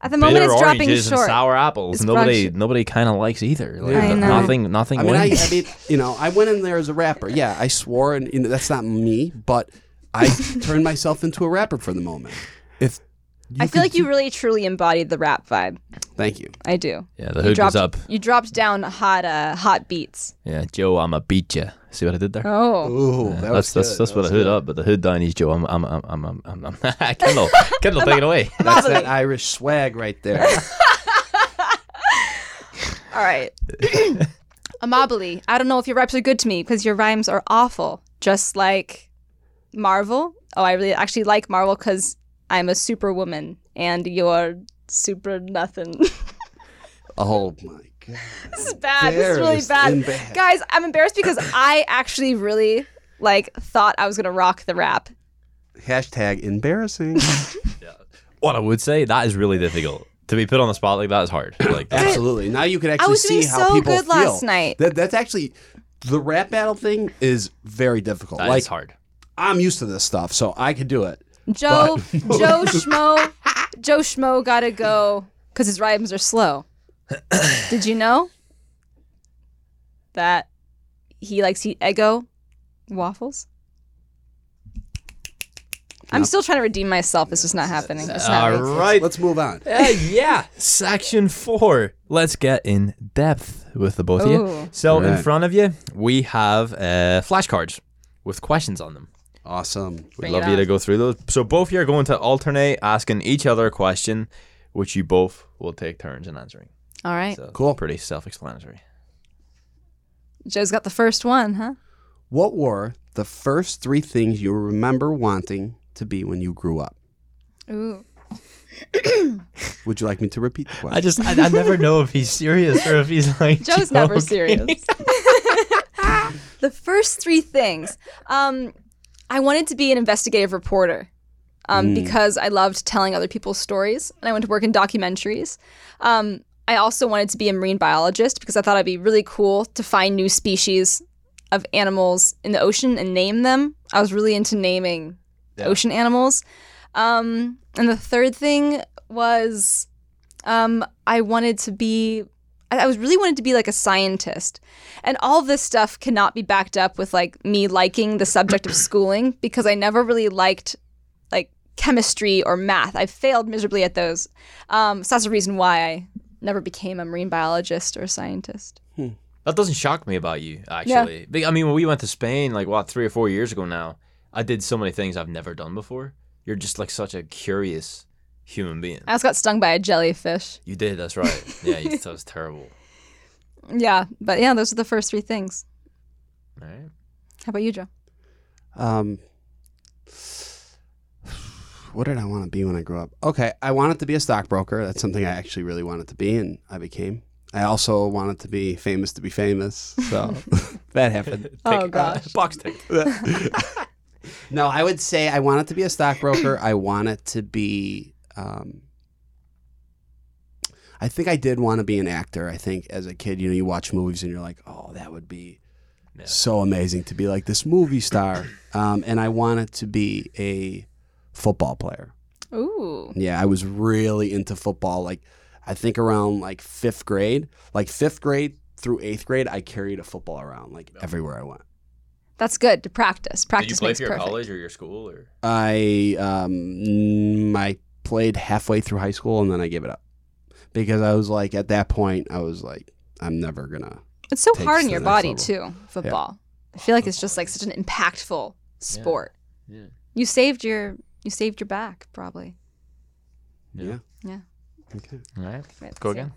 S1: At the moment,
S2: bitter
S1: it's dropping
S2: oranges
S1: short.
S2: and sour apples.
S1: It's
S2: nobody
S1: brunch-
S2: nobody kind of likes either. Like,
S1: I know.
S2: Nothing nothing
S3: I mean, I,
S2: wins.
S3: I mean, you know, I went in there as a rapper. Yeah, I swore, and, and that's not me, but I turned myself into a rapper for the moment. If
S1: I feel like you really truly embodied the rap vibe.
S3: thank you,
S1: I do.
S2: yeah, the
S1: You
S2: hood
S1: dropped
S2: was up.
S1: You dropped down hot uh, hot beats.
S2: Yeah, Joe, I'ma beat ya. See what I did there?
S1: Oh.
S3: ooh, that
S2: that's
S3: was
S2: that's
S3: good.
S2: that's
S3: That
S2: what
S3: was
S2: a hood
S3: good.
S2: up, but the hood down is Joe. I'm I'm I'm I'm I'm, I'm, I'm. Kendall, Kendall, take it away.
S3: That's
S1: Probably.
S3: that Irish swag right there.
S1: All right. Amabile, I don't know if your raps are good to me because your rhymes are awful. Just like Marvel. Oh, I really actually like Marvel because I'm a superwoman and you're super nothing.
S3: oh my god,
S1: this is bad. This is really
S3: Embarrassed
S1: bad.
S3: and bad.
S1: Guys, I'm embarrassed because I actually really like thought I was gonna rock the rap.
S3: hashtag embarrassing.
S2: what I would say that is really difficult to be put on the spot like that is hard. Like that's
S3: Absolutely. Now you can actually
S1: was
S3: see
S1: doing
S3: how
S1: so
S3: people
S1: good
S3: feel.
S1: last night.
S3: That, that's actually the rap battle thing is very difficult.
S2: that is
S3: like
S2: hard.
S3: I'm used to this stuff, so I could do it.
S1: Joe Joe Schmo Joe Schmo gotta go because his rhymes are slow. Did you know that he likes to eat Eggo waffles? I'm still trying to redeem myself. It's just not happening. It's not
S2: All
S1: happening.
S2: right.
S3: Let's move on.
S2: Uh, yeah. Section four. Let's get in depth with the both of
S1: Ooh.
S2: you. So in
S3: Alright.
S2: front of you, we have uh, flashcards with questions on them.
S3: Awesome.
S2: We'd
S1: Bring
S2: love
S1: it
S2: you to
S1: on.
S2: go through those.
S4: So both of you are going to alternate asking each other a question,
S2: which you both will take turns in answering.
S1: All right.
S2: So
S3: Cool.
S2: Pretty self-explanatory.
S1: Joe's got the first one, huh?
S3: What were the first three things you remember wanting to be when you grew up?
S1: Ooh.
S3: Would you like me to repeat the question?
S2: I just I, I never know if he's serious or if he's like
S1: Joe's never
S2: joking.
S1: serious. the first three things. Um, I wanted to be an investigative reporter um, because I loved telling other people's stories, and I went to work in documentaries. Um, I also wanted to be a marine biologist because I thought it'd be really cool to find new species of animals in the ocean and name them. I was really into naming ocean animals. Um, and the third thing was um, I wanted to be. I I was really wanted to be like a scientist, and all this stuff cannot be backed up with like me liking the subject of schooling because I never really liked like chemistry or math. I failed miserably at those, um, so that's the reason why I never became a marine biologist or a scientist.
S2: That doesn't shock me about you, actually. Be- I mean, when we went to Spain, like what, three or four years ago now, I did so many things I've never done before. You're just like such a curious human being.
S1: I also got stung by a jellyfish.
S2: You did, that's right. Yeah, you, that was terrible.
S1: Yeah, but yeah, those are the first three things.
S2: All right.
S1: How about you, Joe?
S3: Um, what did I want to be when I grew up? Okay, I wanted to be a stockbroker. That's something I actually really wanted to be, and I became. I also wanted to be famous to be famous, so that happened.
S1: Oh, gosh.
S2: box tick.
S3: No, I would say I wanted to be a stockbroker. I wanted to be. Um, I think I did want to be an actor. I think as a kid, you know, you watch movies and you're like, oh, that would be
S2: Yeah.
S3: so amazing to be like this movie star. Um, and I wanted to be a football player.
S1: Ooh.
S3: Yeah, I was really into football. Like, I think around like fifth grade, like fifth grade through eighth grade, I carried a football around like everywhere I went.
S1: That's good to practice.
S2: Did you
S1: Practice
S2: play
S1: makes
S2: for your
S1: perfect.
S2: college or your school or?
S3: I um mm, I played halfway through high school and then I gave it up because I was like at that point I was like I'm never gonna
S1: It's so
S3: takes
S1: hard on
S3: to
S1: your
S3: the
S1: body
S3: next
S1: too. Football. I feel like it's just like such an impactful sport.
S2: Yeah.
S1: You saved your you saved your back probably.
S2: Yeah.
S1: Yeah.
S3: okay
S2: All right.
S1: Let's
S2: Go
S1: see.
S2: again.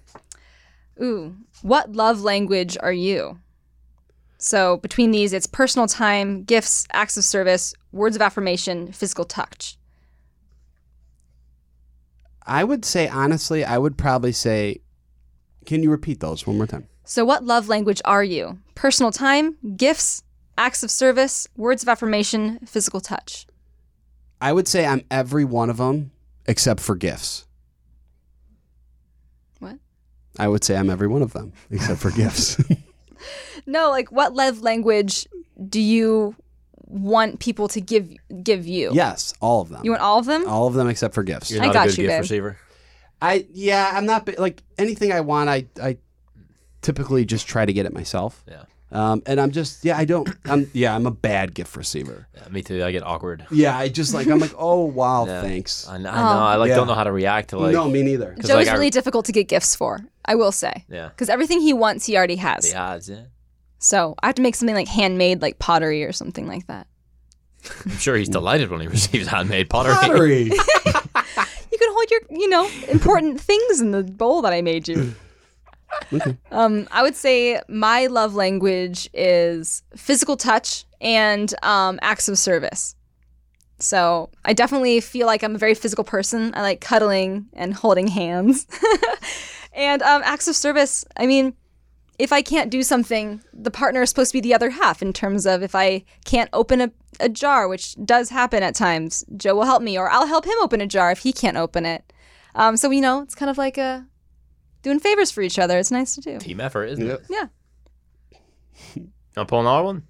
S1: Ooh, what love language are you? So between these, it's personal time, gifts, acts of service, words of affirmation, physical touch.
S3: I would say honestly I would probably say can you repeat those one more time
S1: So what love language are you? Personal time, gifts, acts of service, words of affirmation, physical touch.
S3: I would say I'm every one of them except for gifts
S1: What?
S3: I would say I'm every one of them except for gifts
S1: No, like what love language do you want people to give give you?
S3: yes all of them
S1: You want all of them?
S3: all of them except for gifts
S2: You're
S1: I
S2: not
S1: got
S2: a good
S1: you,
S2: gift
S1: babe.
S2: receiver.
S3: I yeah, I'm not bi- like anything I want. I I typically just try to get it myself.
S2: Yeah.
S3: Um, and I'm just yeah, I don't. I'm yeah, I'm a bad gift receiver.
S2: Yeah, me too. I get awkward.
S3: Yeah, I just like I'm like oh wow,
S2: Yeah.
S3: thanks.
S2: I, I know.
S1: Oh.
S2: I like
S3: Yeah.
S2: don't know how to react to like.
S3: no, me neither.
S2: 'Cause,
S1: Joe's
S2: like, I-
S1: really difficult to get gifts for, I will say.
S2: Yeah.
S1: Because everything he wants, he already has.
S2: The odds. Yeah.
S1: So I have to make something like handmade, like pottery or something like that.
S2: I'm sure he's delighted when he receives handmade
S3: Pottery.
S1: You can hold your, you know, important things in the bowl that I made you. um, I would say my love language is physical touch and um, acts of service. So I definitely feel like I'm a very physical person. I like cuddling and holding hands. and um, acts of service, I mean, if I can't do something, the partner is supposed to be the other half in terms of if I can't open a, a jar, which does happen at times, Joe will help me, or I'll help him open a jar if he can't open it. Um, so, you know, it's kind of like a doing favors for each other. It's nice to do.
S2: Team effort, isn't
S3: Yep.
S2: it?
S1: Yeah.
S2: I'm pulling another one.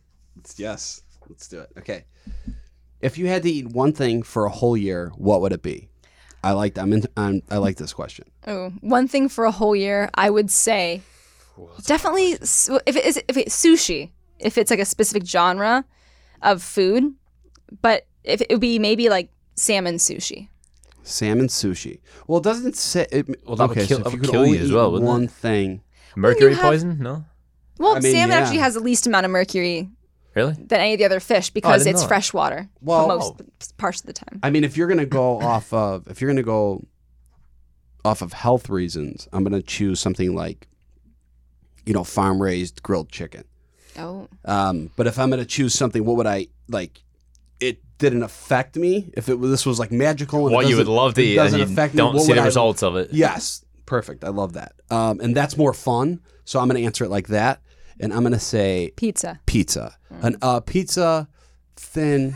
S3: yes, let's do it. Okay. If you had to eat one thing for a whole year, what would it be? I like I'm, in, I'm I like this question.
S1: Oh, one thing for a whole year, I would say definitely su- if it is if it's sushi, if it's like a specific genre of food, but if it would be maybe like salmon sushi.
S3: Salmon sushi. Well, it doesn't say. It,
S2: Well, that would
S3: okay,
S2: kill-
S3: so
S2: that
S3: if you
S2: would
S3: could
S2: kill you
S3: only
S2: as well,
S3: eat
S2: wouldn't it?
S3: one thing,
S2: Mercury
S1: have-
S2: poison? No,
S1: Well,
S3: I mean,
S1: salmon
S3: yeah. Oh,
S1: actually has the least amount of mercury
S2: really?
S1: than any of the other fish because
S2: didn't
S1: it's
S2: know that.
S1: freshwater
S3: Well- oh.
S1: for most p- parts of the time.
S3: I mean, if you're gonna go off of, if you're gonna go off of health reasons, I'm gonna choose something like, you know, farm raised grilled chicken.
S1: Oh,
S3: Um, but if I'm gonna choose something, what would I like? It didn't affect me. If it was, this was like magical, and it
S2: What you would
S3: doesn't-
S2: love to
S3: it
S2: eat, and
S3: doesn't
S2: you
S3: affect me,
S2: don't
S3: what
S2: see
S3: would
S2: the
S3: I-
S2: results of it.
S3: Yes, perfect. I love that. Um, and that's more fun. So I'm gonna answer it like that, and I'm gonna say
S1: pizza.
S3: pizza. An uh, pizza, thin,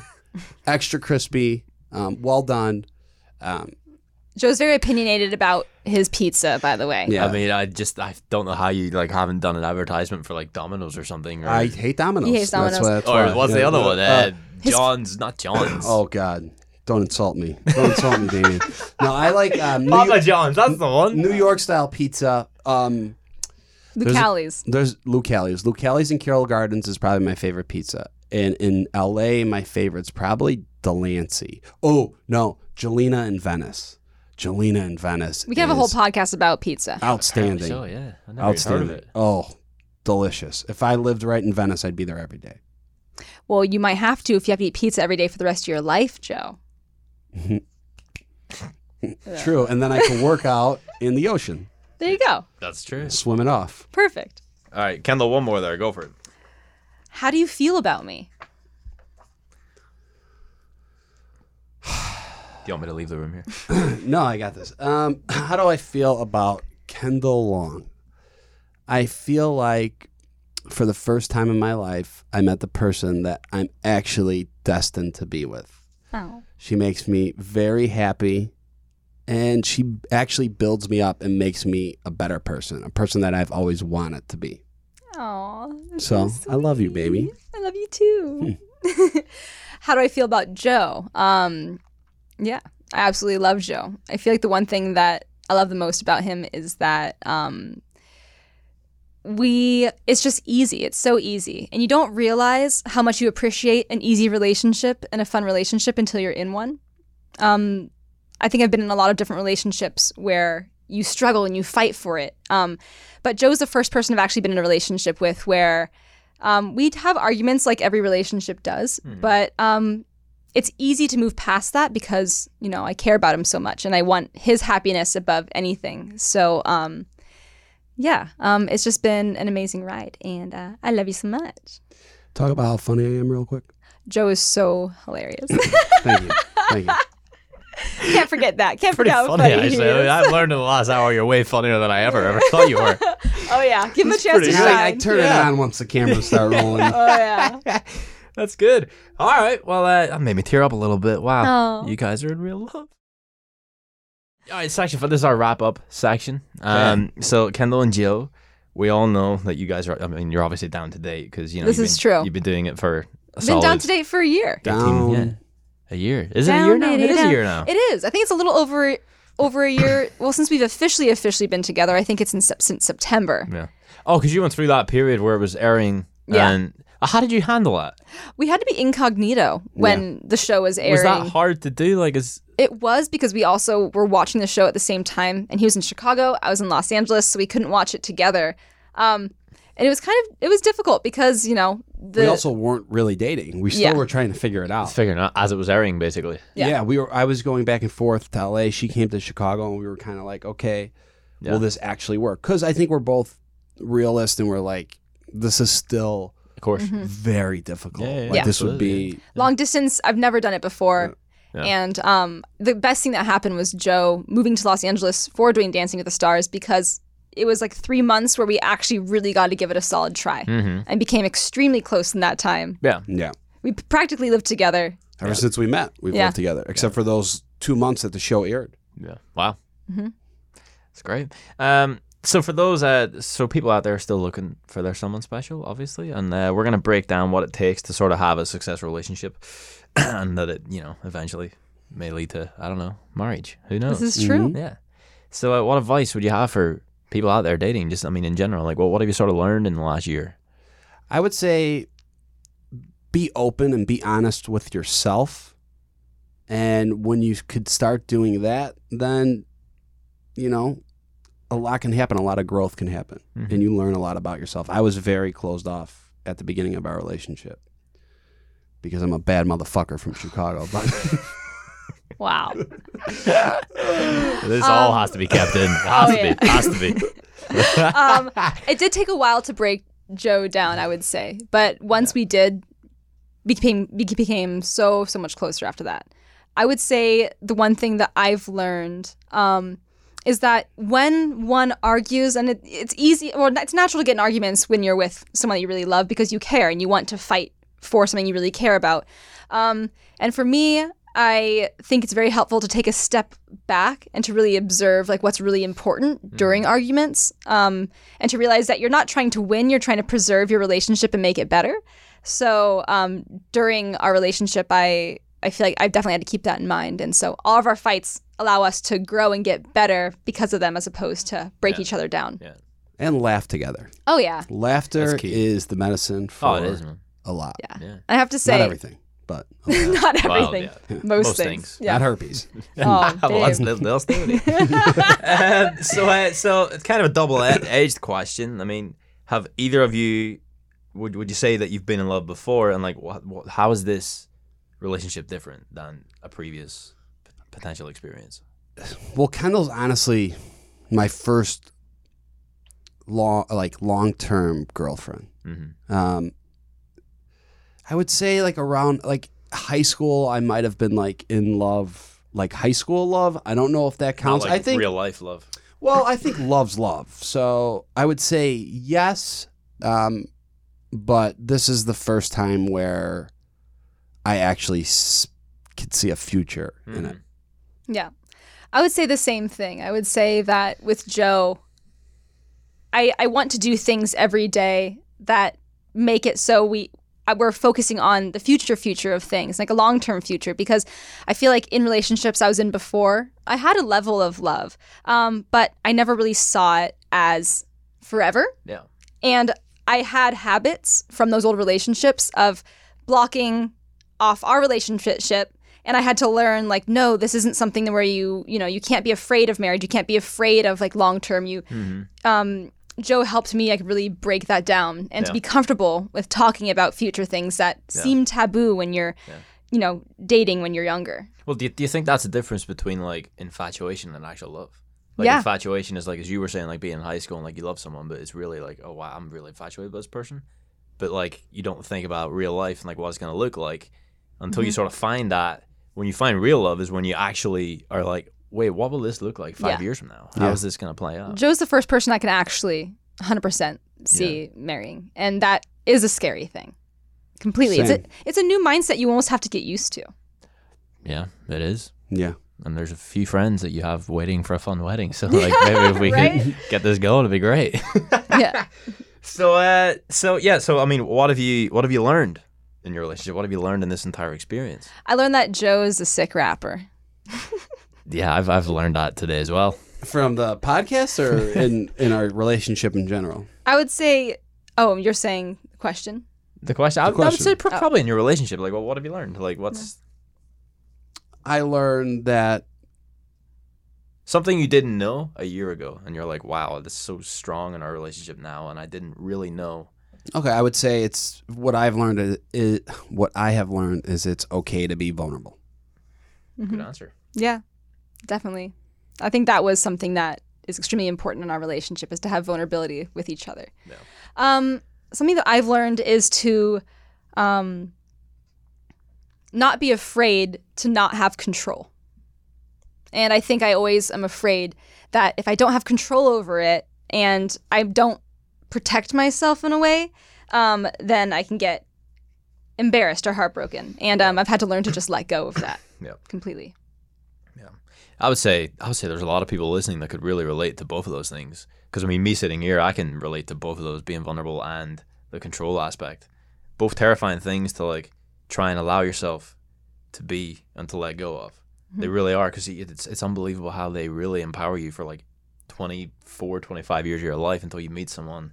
S3: extra crispy, um, well done. Um,
S1: Joe's very opinionated about his pizza, by the way.
S3: yeah,
S2: I mean, I just I don't know how you like haven't done an advertisement for like Domino's or something, or,
S3: I hate Domino's.
S1: He hates
S3: That's
S1: Domino's.
S3: why- that's
S2: or
S3: why-
S2: what's the
S3: yeah,
S2: other
S3: uh,
S2: one? Uh, John's, not John's.
S3: oh God! Don't insult me. Don't insult me, Damien. No, I like um, New,
S2: Papa
S3: York,
S2: John's. That's the one.
S3: New York style pizza. Um,
S1: Lucali's.
S3: there's Lucali's. Lucali's in Carroll Gardens is probably my favorite pizza. And in LA, my favorite's probably Delancey. Oh, no, Jelena in Venice. Jelena in Venice.
S1: We can have a whole
S3: is
S1: podcast about
S3: Uh,
S1: pizza.
S3: Outstanding.
S2: So yeah, I never even heard of
S3: outstanding.
S2: it.
S3: Oh, delicious. If I lived right in Venice, I'd be there every day.
S1: Well, you might have to if you have to eat pizza every day for the rest of your life, Joe.
S3: True. And then I could work out in the ocean,
S1: There you go.
S2: That's true.
S3: swim it off.
S1: Perfect.
S4: All right, Kendall, one more there. Go for it.
S1: How do you feel about me?
S2: Do you want me to leave the room here?
S3: No, I got this. Um, how do I feel about Kendall Long? I feel like for the first time in my life, I met the person that I'm actually destined to be with.
S1: Oh.
S3: She makes me very happy and she actually builds me up and makes me a better person, a person that I've always wanted to be.
S1: Aww.
S3: So, I love you, baby. Hmm.
S1: I love you too. How do I feel about Joe? Um, yeah, I absolutely love Joe. I feel like the one thing that I love the most about him is that um, we, it's just easy. It's so easy. And you don't realize how much you appreciate an easy relationship and a fun relationship until you're in one. Um, I think I've been in a lot of different relationships where you struggle and you fight for it. Um, but Joe's the first person I've actually been in a relationship with where um, we'd have arguments like every relationship does,
S2: Hmm.
S1: but um, it's easy to move past that because, you know, I care about him so much and I want his happiness above anything. So, um, yeah, um, it's just been an amazing ride and uh, I love you so much.
S3: Talk about how funny I am, real quick.
S1: Joe is so hilarious.
S3: Thank you. Thank you.
S1: Can't forget that. Can't
S2: Pretty
S1: forget how
S2: funny,
S1: funny he
S2: actually. I
S1: is.
S2: mean, I've learned in the last hour you're way funnier than I ever ever thought you were.
S1: Oh yeah, give him a chance to
S2: pretty
S3: Now I, I
S1: shine.
S3: turn it on once the cameras start rolling.
S1: Oh yeah.
S2: That's good. All right. Well, uh, that made me tear up a little bit. Wow.
S1: Aw.
S2: You guys are in real love. All right, section. For this is our wrap up section. Um, so Kendall and Jill, we all know that you guys are. I mean, you're obviously down to date because you know
S1: This
S2: you've
S1: is
S2: been-
S1: true.
S2: You've been doing it for a
S1: Been
S2: solid
S1: down to date for a year.
S2: 18, yeah,
S3: Down.
S2: a year. Is it a year
S1: Down,
S2: now? It
S1: baby,
S2: is
S1: down.
S2: a year now.
S1: It is. I think it's a little over over a year. well, since we've officially officially been together, I think it's in sep- since September.
S2: yeah. Oh, because you went through that period where it was airing.
S1: Yeah.
S2: And Uh, how did you handle that?
S1: We had to be incognito when the show was airing.
S2: Was that hard to do? Like, is
S1: It was because we also were watching the show at the same time, and he was in Chicago, I was in Los Angeles, so we couldn't watch it together. Um, and it was kind of it was difficult because you know the
S3: we also weren't really dating. We still
S1: Yeah.
S3: were trying to figure it out.
S2: figuring out as it was airing, basically.
S1: Yeah.
S3: Yeah. we were. I was going back and forth to LA. She came to Chicago, and we were kind of like, okay,
S2: Yeah.
S3: will this actually work? Because I think we're both realists, and we're like, this is still
S2: Of course.
S1: Mm-hmm.
S3: very difficult.
S2: Yeah, yeah,
S3: like
S1: Hmm. yeah.
S3: this would be.
S1: long distance i've never done it before
S2: Yeah.
S1: and um, the best thing that happened was joe moving to los angeles for doing dancing with the stars because it was like three months where we actually really got to give it a solid try
S2: Mm-hmm.
S1: and became extremely close in that time
S2: Yeah.
S3: Yeah.
S1: we p- practically lived together
S3: Ever since we met, we've
S1: Yeah.
S3: lived together, except for those two months that the show aired.
S2: Yeah. Wow.
S1: Mhm.
S2: That's great. Um, so for those, uh, so people out there are still looking for their someone special, obviously, and uh, we're gonna break down what it takes to sort of have a successful relationship, and that it, you know, eventually may lead to, I don't know, marriage. Who knows?
S1: this is true
S2: yeah. So uh, what advice would you have for people out there dating? Just, I mean, in general, like, well, what have you sort of learned in the last year?
S3: I would say, be open and be honest with yourself, And when you could start doing that, then, you know, a lot can happen. A lot of growth can happen.
S2: Mhm.
S3: And you learn a lot about yourself. I was very closed off at the beginning of our relationship because I'm a bad motherfucker from Chicago. But
S2: Mm-hmm.
S1: Wow.
S2: This all
S1: Um,
S2: has to be kept in. Has
S1: oh,
S2: to
S1: yeah.
S2: be. Has to be.
S1: um, it did take a while to break Joe down, I would say, but once we did, we became we became so so much closer after that. I would say the one thing that I've learned um, is that when one argues, and it, it's easy, or it's natural to get in arguments when you're with someone that you really love because you care and you want to fight for something you really care about. Um, and for me, I think it's very helpful to take a step back and to really observe like what's really important during arguments, um, and to realize that you're not trying to win; you're trying to preserve your relationship and make it better. So um, during our relationship, I I feel like I've definitely had to keep that in mind, and so all of our fights allow us to grow and get better because of them, as opposed to break
S2: Yeah.
S1: each other down.
S2: Yeah.
S3: and laugh together.
S1: Oh yeah,
S3: Laughter
S2: That's key.
S3: is the medicine for
S2: Oh, it is, man.
S3: a lot.
S1: Yeah.
S2: Yeah.
S1: I have to say,
S3: Not everything, but a lot.
S1: not
S2: Well,
S1: everything.
S2: yeah.
S1: Most,
S2: Most
S1: things.
S2: things.
S1: Yeah.
S3: not herpes.
S1: Oh,
S2: well, that's,
S1: babe.
S2: that's, that's doing it. um, so, uh, so it's kind of a double-edged question. I mean, have either of you would would you say that you've been in love before, and like, what, what, how is this relationship different than a previous p- potential experience?
S3: Well, Kendall's honestly my first long, like long term girlfriend.
S2: Mhm.
S3: Um, I would say like around like high school, I might have been like in love, like high school love. I don't know if that
S2: Not
S3: counts.
S2: like
S3: I think
S2: real life love.
S3: well, I think love's love. So I would say yes, um, but this is the first time where I actually s- could see a future in it.
S2: Mhm.
S1: Yeah. I would say the same thing. I would say that with Joe, I I want to do things every day that make it so we I- we're focusing on the future future of things, like a long-term future because I feel like in relationships I was in before, I had a level of love, um, but I never really saw it as forever.
S2: Yeah.
S1: And I had habits from those old relationships of blocking off our relationship. And I had to learn, like, no, this isn't something where you, you know, you can't be afraid of marriage. You can't be afraid of like long term. You,
S2: Mhm.
S1: um, Joe helped me like really break that down and to
S2: Yeah.
S1: be comfortable with talking about future things that
S2: Yeah.
S1: seem taboo when you're,
S2: Yeah.
S1: you know, dating when you're younger.
S2: Well, do you, do you think that's the difference between like infatuation and actual love? Like
S1: Yeah.
S2: infatuation is like as you were saying, like being in high school and like you love someone, but it's really like, oh wow, I'm really infatuated with this person. But like you don't think about real life and like what it's gonna look like until
S1: Mm-hmm.
S2: you sort of find that when you find real love is when you actually are like, wait, what will this look like
S1: Yeah.
S2: five years from now? How is
S3: Yeah.
S2: this gonna play out?
S1: Joe's the first person I can actually 100% see marrying, and that is a scary thing. Completely, it's a
S3: Same.
S1: it's a new mindset you almost have to get used to.
S2: yeah, it is.
S3: Yeah.
S2: And there's a few friends that you have waiting for a fun wedding. So like maybe if we
S1: Right?
S2: could get this going, it'd be great.
S1: yeah,
S2: So, uh, so yeah, so I mean, what have you, what have you learned in your relationship? What have you learned in this entire experience?
S1: I learned that Joe is a sick rapper.
S2: Yeah, I've, I've learned that today as well.
S3: From the podcast or in, in our relationship in general?
S1: I would say, oh, you're saying question.
S2: The question, I,
S3: The
S2: I would say
S3: question.
S2: pro- probably in your relationship, like, well, what have you learned? Like, what's
S3: I learned that
S2: something you didn't know a year ago, and you're like, wow, this is so strong in our relationship now, and I didn't really know.
S3: okay, I would say it's what I've learned is, is what I have learned is it's okay to be vulnerable.
S2: Good answer.
S1: Yeah, definitely. I think that was something that is extremely important in our relationship is to have vulnerability with each other.
S2: Yeah.
S1: Um, something that I've learned is to um, not be afraid to not have control. And I think I always am afraid that if I don't have control over it and I don't protect myself in a way, um, then I can get embarrassed or heartbroken. And um, I've had to learn to just let go of that
S2: Yeah.
S1: completely.
S2: I would say I would say there's a lot of people listening that could really relate to both of those things. Because I mean, me sitting here, I can relate to both of those, being vulnerable and the control aspect. Both terrifying things to like try and allow yourself to be and to let go of. They really are because it's it's unbelievable how they really empower you for like 24, 25 years of your life until you meet someone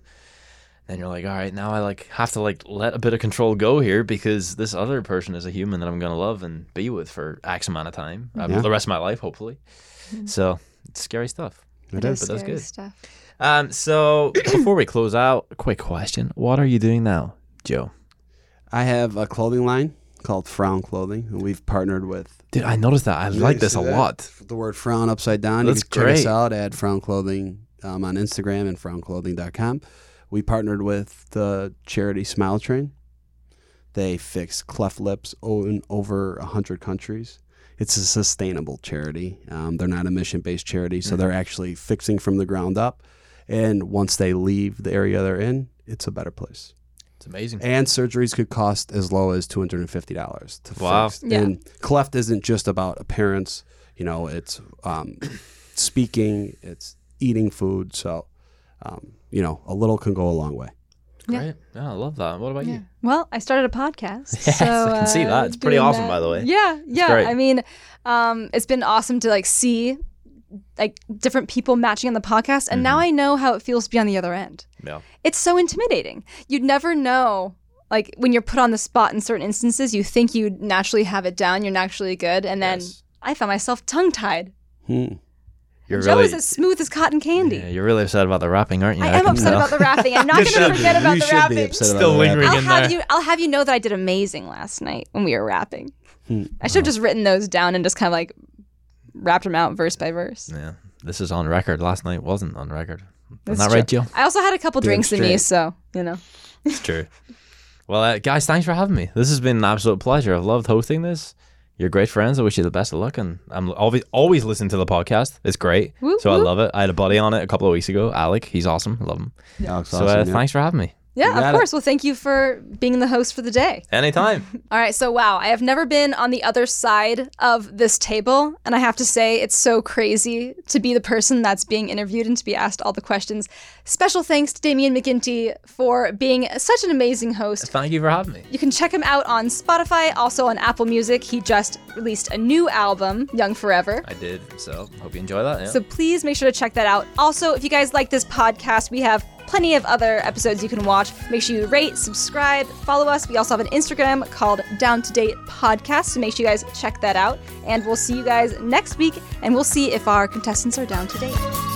S2: then you're like, all right, now I like have to like let a bit of control go here because this other person is a human that I'm gonna love and be with for X amount of time, uh,
S3: Yeah.
S2: the rest of my life, hopefully.
S1: Mm-hmm.
S2: So it's scary stuff.
S3: It
S1: That is
S2: but that's
S1: scary
S2: good.
S1: stuff.
S2: Um, so before we close out, quick question: What are you doing now, Joe?
S3: I have a clothing line called Frown Clothing, and we've partnered with.
S2: Dude, I noticed that. I like
S3: you
S2: this
S3: see
S2: a
S3: that?
S2: lot.
S3: The word frown upside down.
S2: That's
S3: you can check us
S2: great.
S3: out at Frown Clothing um, on Instagram and frownclothing.com. We partnered with the charity Smile Train. They fix cleft lips o- in over 100 countries. It's a sustainable charity. Um, they're not a mission based charity,
S2: Mm.
S3: so they're actually fixing from the ground up. And once they leave the area they're in, it's a better place
S2: It's amazing.
S3: and surgeries could cost as low as two hundred and fifty dollars to
S2: Wow.
S3: fix.
S1: Yeah.
S3: And cleft isn't just about appearance. You know, it's um, speaking, it's eating food. So, um, you know, a little can go a long way.
S1: Yeah.
S2: Great. Yeah, I love that. What about
S1: Yeah.
S2: you?
S1: Well, I started a podcast.
S2: Yes,
S1: so,
S2: I can see
S1: uh,
S2: that. It's pretty
S1: doing
S2: awesome, by the way.
S1: Yeah, yeah.
S2: great.
S1: I mean, um, it's been awesome to like see like different people matching on the podcast, and
S2: Mm-hmm.
S1: now I know how it feels to be on the other end.
S2: Yeah.
S1: It's so intimidating. You'd never know. Like when you're put on the spot in certain instances, you think you naturally have it down, you're naturally good, and then
S2: Yes.
S1: I found myself tongue tied.
S3: Hmm.
S2: You're
S1: Joe
S2: really
S1: is as smooth as cotton candy.
S2: yeah, you're really upset about the rapping, aren't you?
S1: I am
S2: can
S1: upset
S2: tell.
S1: about the rapping. I'm not
S4: You
S1: going
S4: should
S1: to
S4: be.
S1: forget about
S3: you
S1: the
S3: should
S1: rapping.
S3: be upset
S2: Still
S3: about
S2: lingering.
S3: that.
S1: I'll
S2: in
S1: have
S2: there.
S1: you. I'll have you know that I did amazing last night when we were rapping.
S3: Hmm.
S1: I should have just written those down and just kind of like rapped them out verse by verse.
S2: Yeah. This is on record. Last night wasn't on record. Isn't
S1: That's
S2: that right,
S1: true.
S2: Joe?
S1: I also had a couple
S3: Damn
S1: drinks in me,
S3: straight.
S1: so you know.
S2: It's true. Well, uh, guys, thanks for having me. This has been an absolute pleasure. I've loved hosting this. You're great friends. I wish you the best of luck, and I'm always always listening to the podcast. It's great,
S1: Whoop,
S2: so I
S1: whoop.
S2: love it. I had a buddy on it a couple of weeks ago, Alec. He's awesome. I love him.
S3: Alex,
S2: so uh,
S3: awesome, yeah.
S2: thanks for having me.
S1: Yeah,
S3: got
S1: of
S3: it.
S1: course. Well, thank you for being the host for the day.
S2: Anytime.
S1: All right, so wow, I have never been on the other side of this table, and I have to say it's so crazy to be the person that's being interviewed and to be asked all the questions. Special thanks to Damian McGinty for being such an amazing host.
S2: Thank you for having me.
S1: You can check him out on Spotify, also on Apple Music. He just released a new album, Young Forever.
S2: I did. So hope you enjoy that. Yeah.
S1: So please make sure to check that out. Also, if you guys like this podcast, we have plenty of other episodes you can watch. Make sure you rate, subscribe, follow us. We also have an Instagram called Down to Date Podcast, so make sure you guys check that out. And we'll see you guys next week, and we'll see if our contestants are down to date.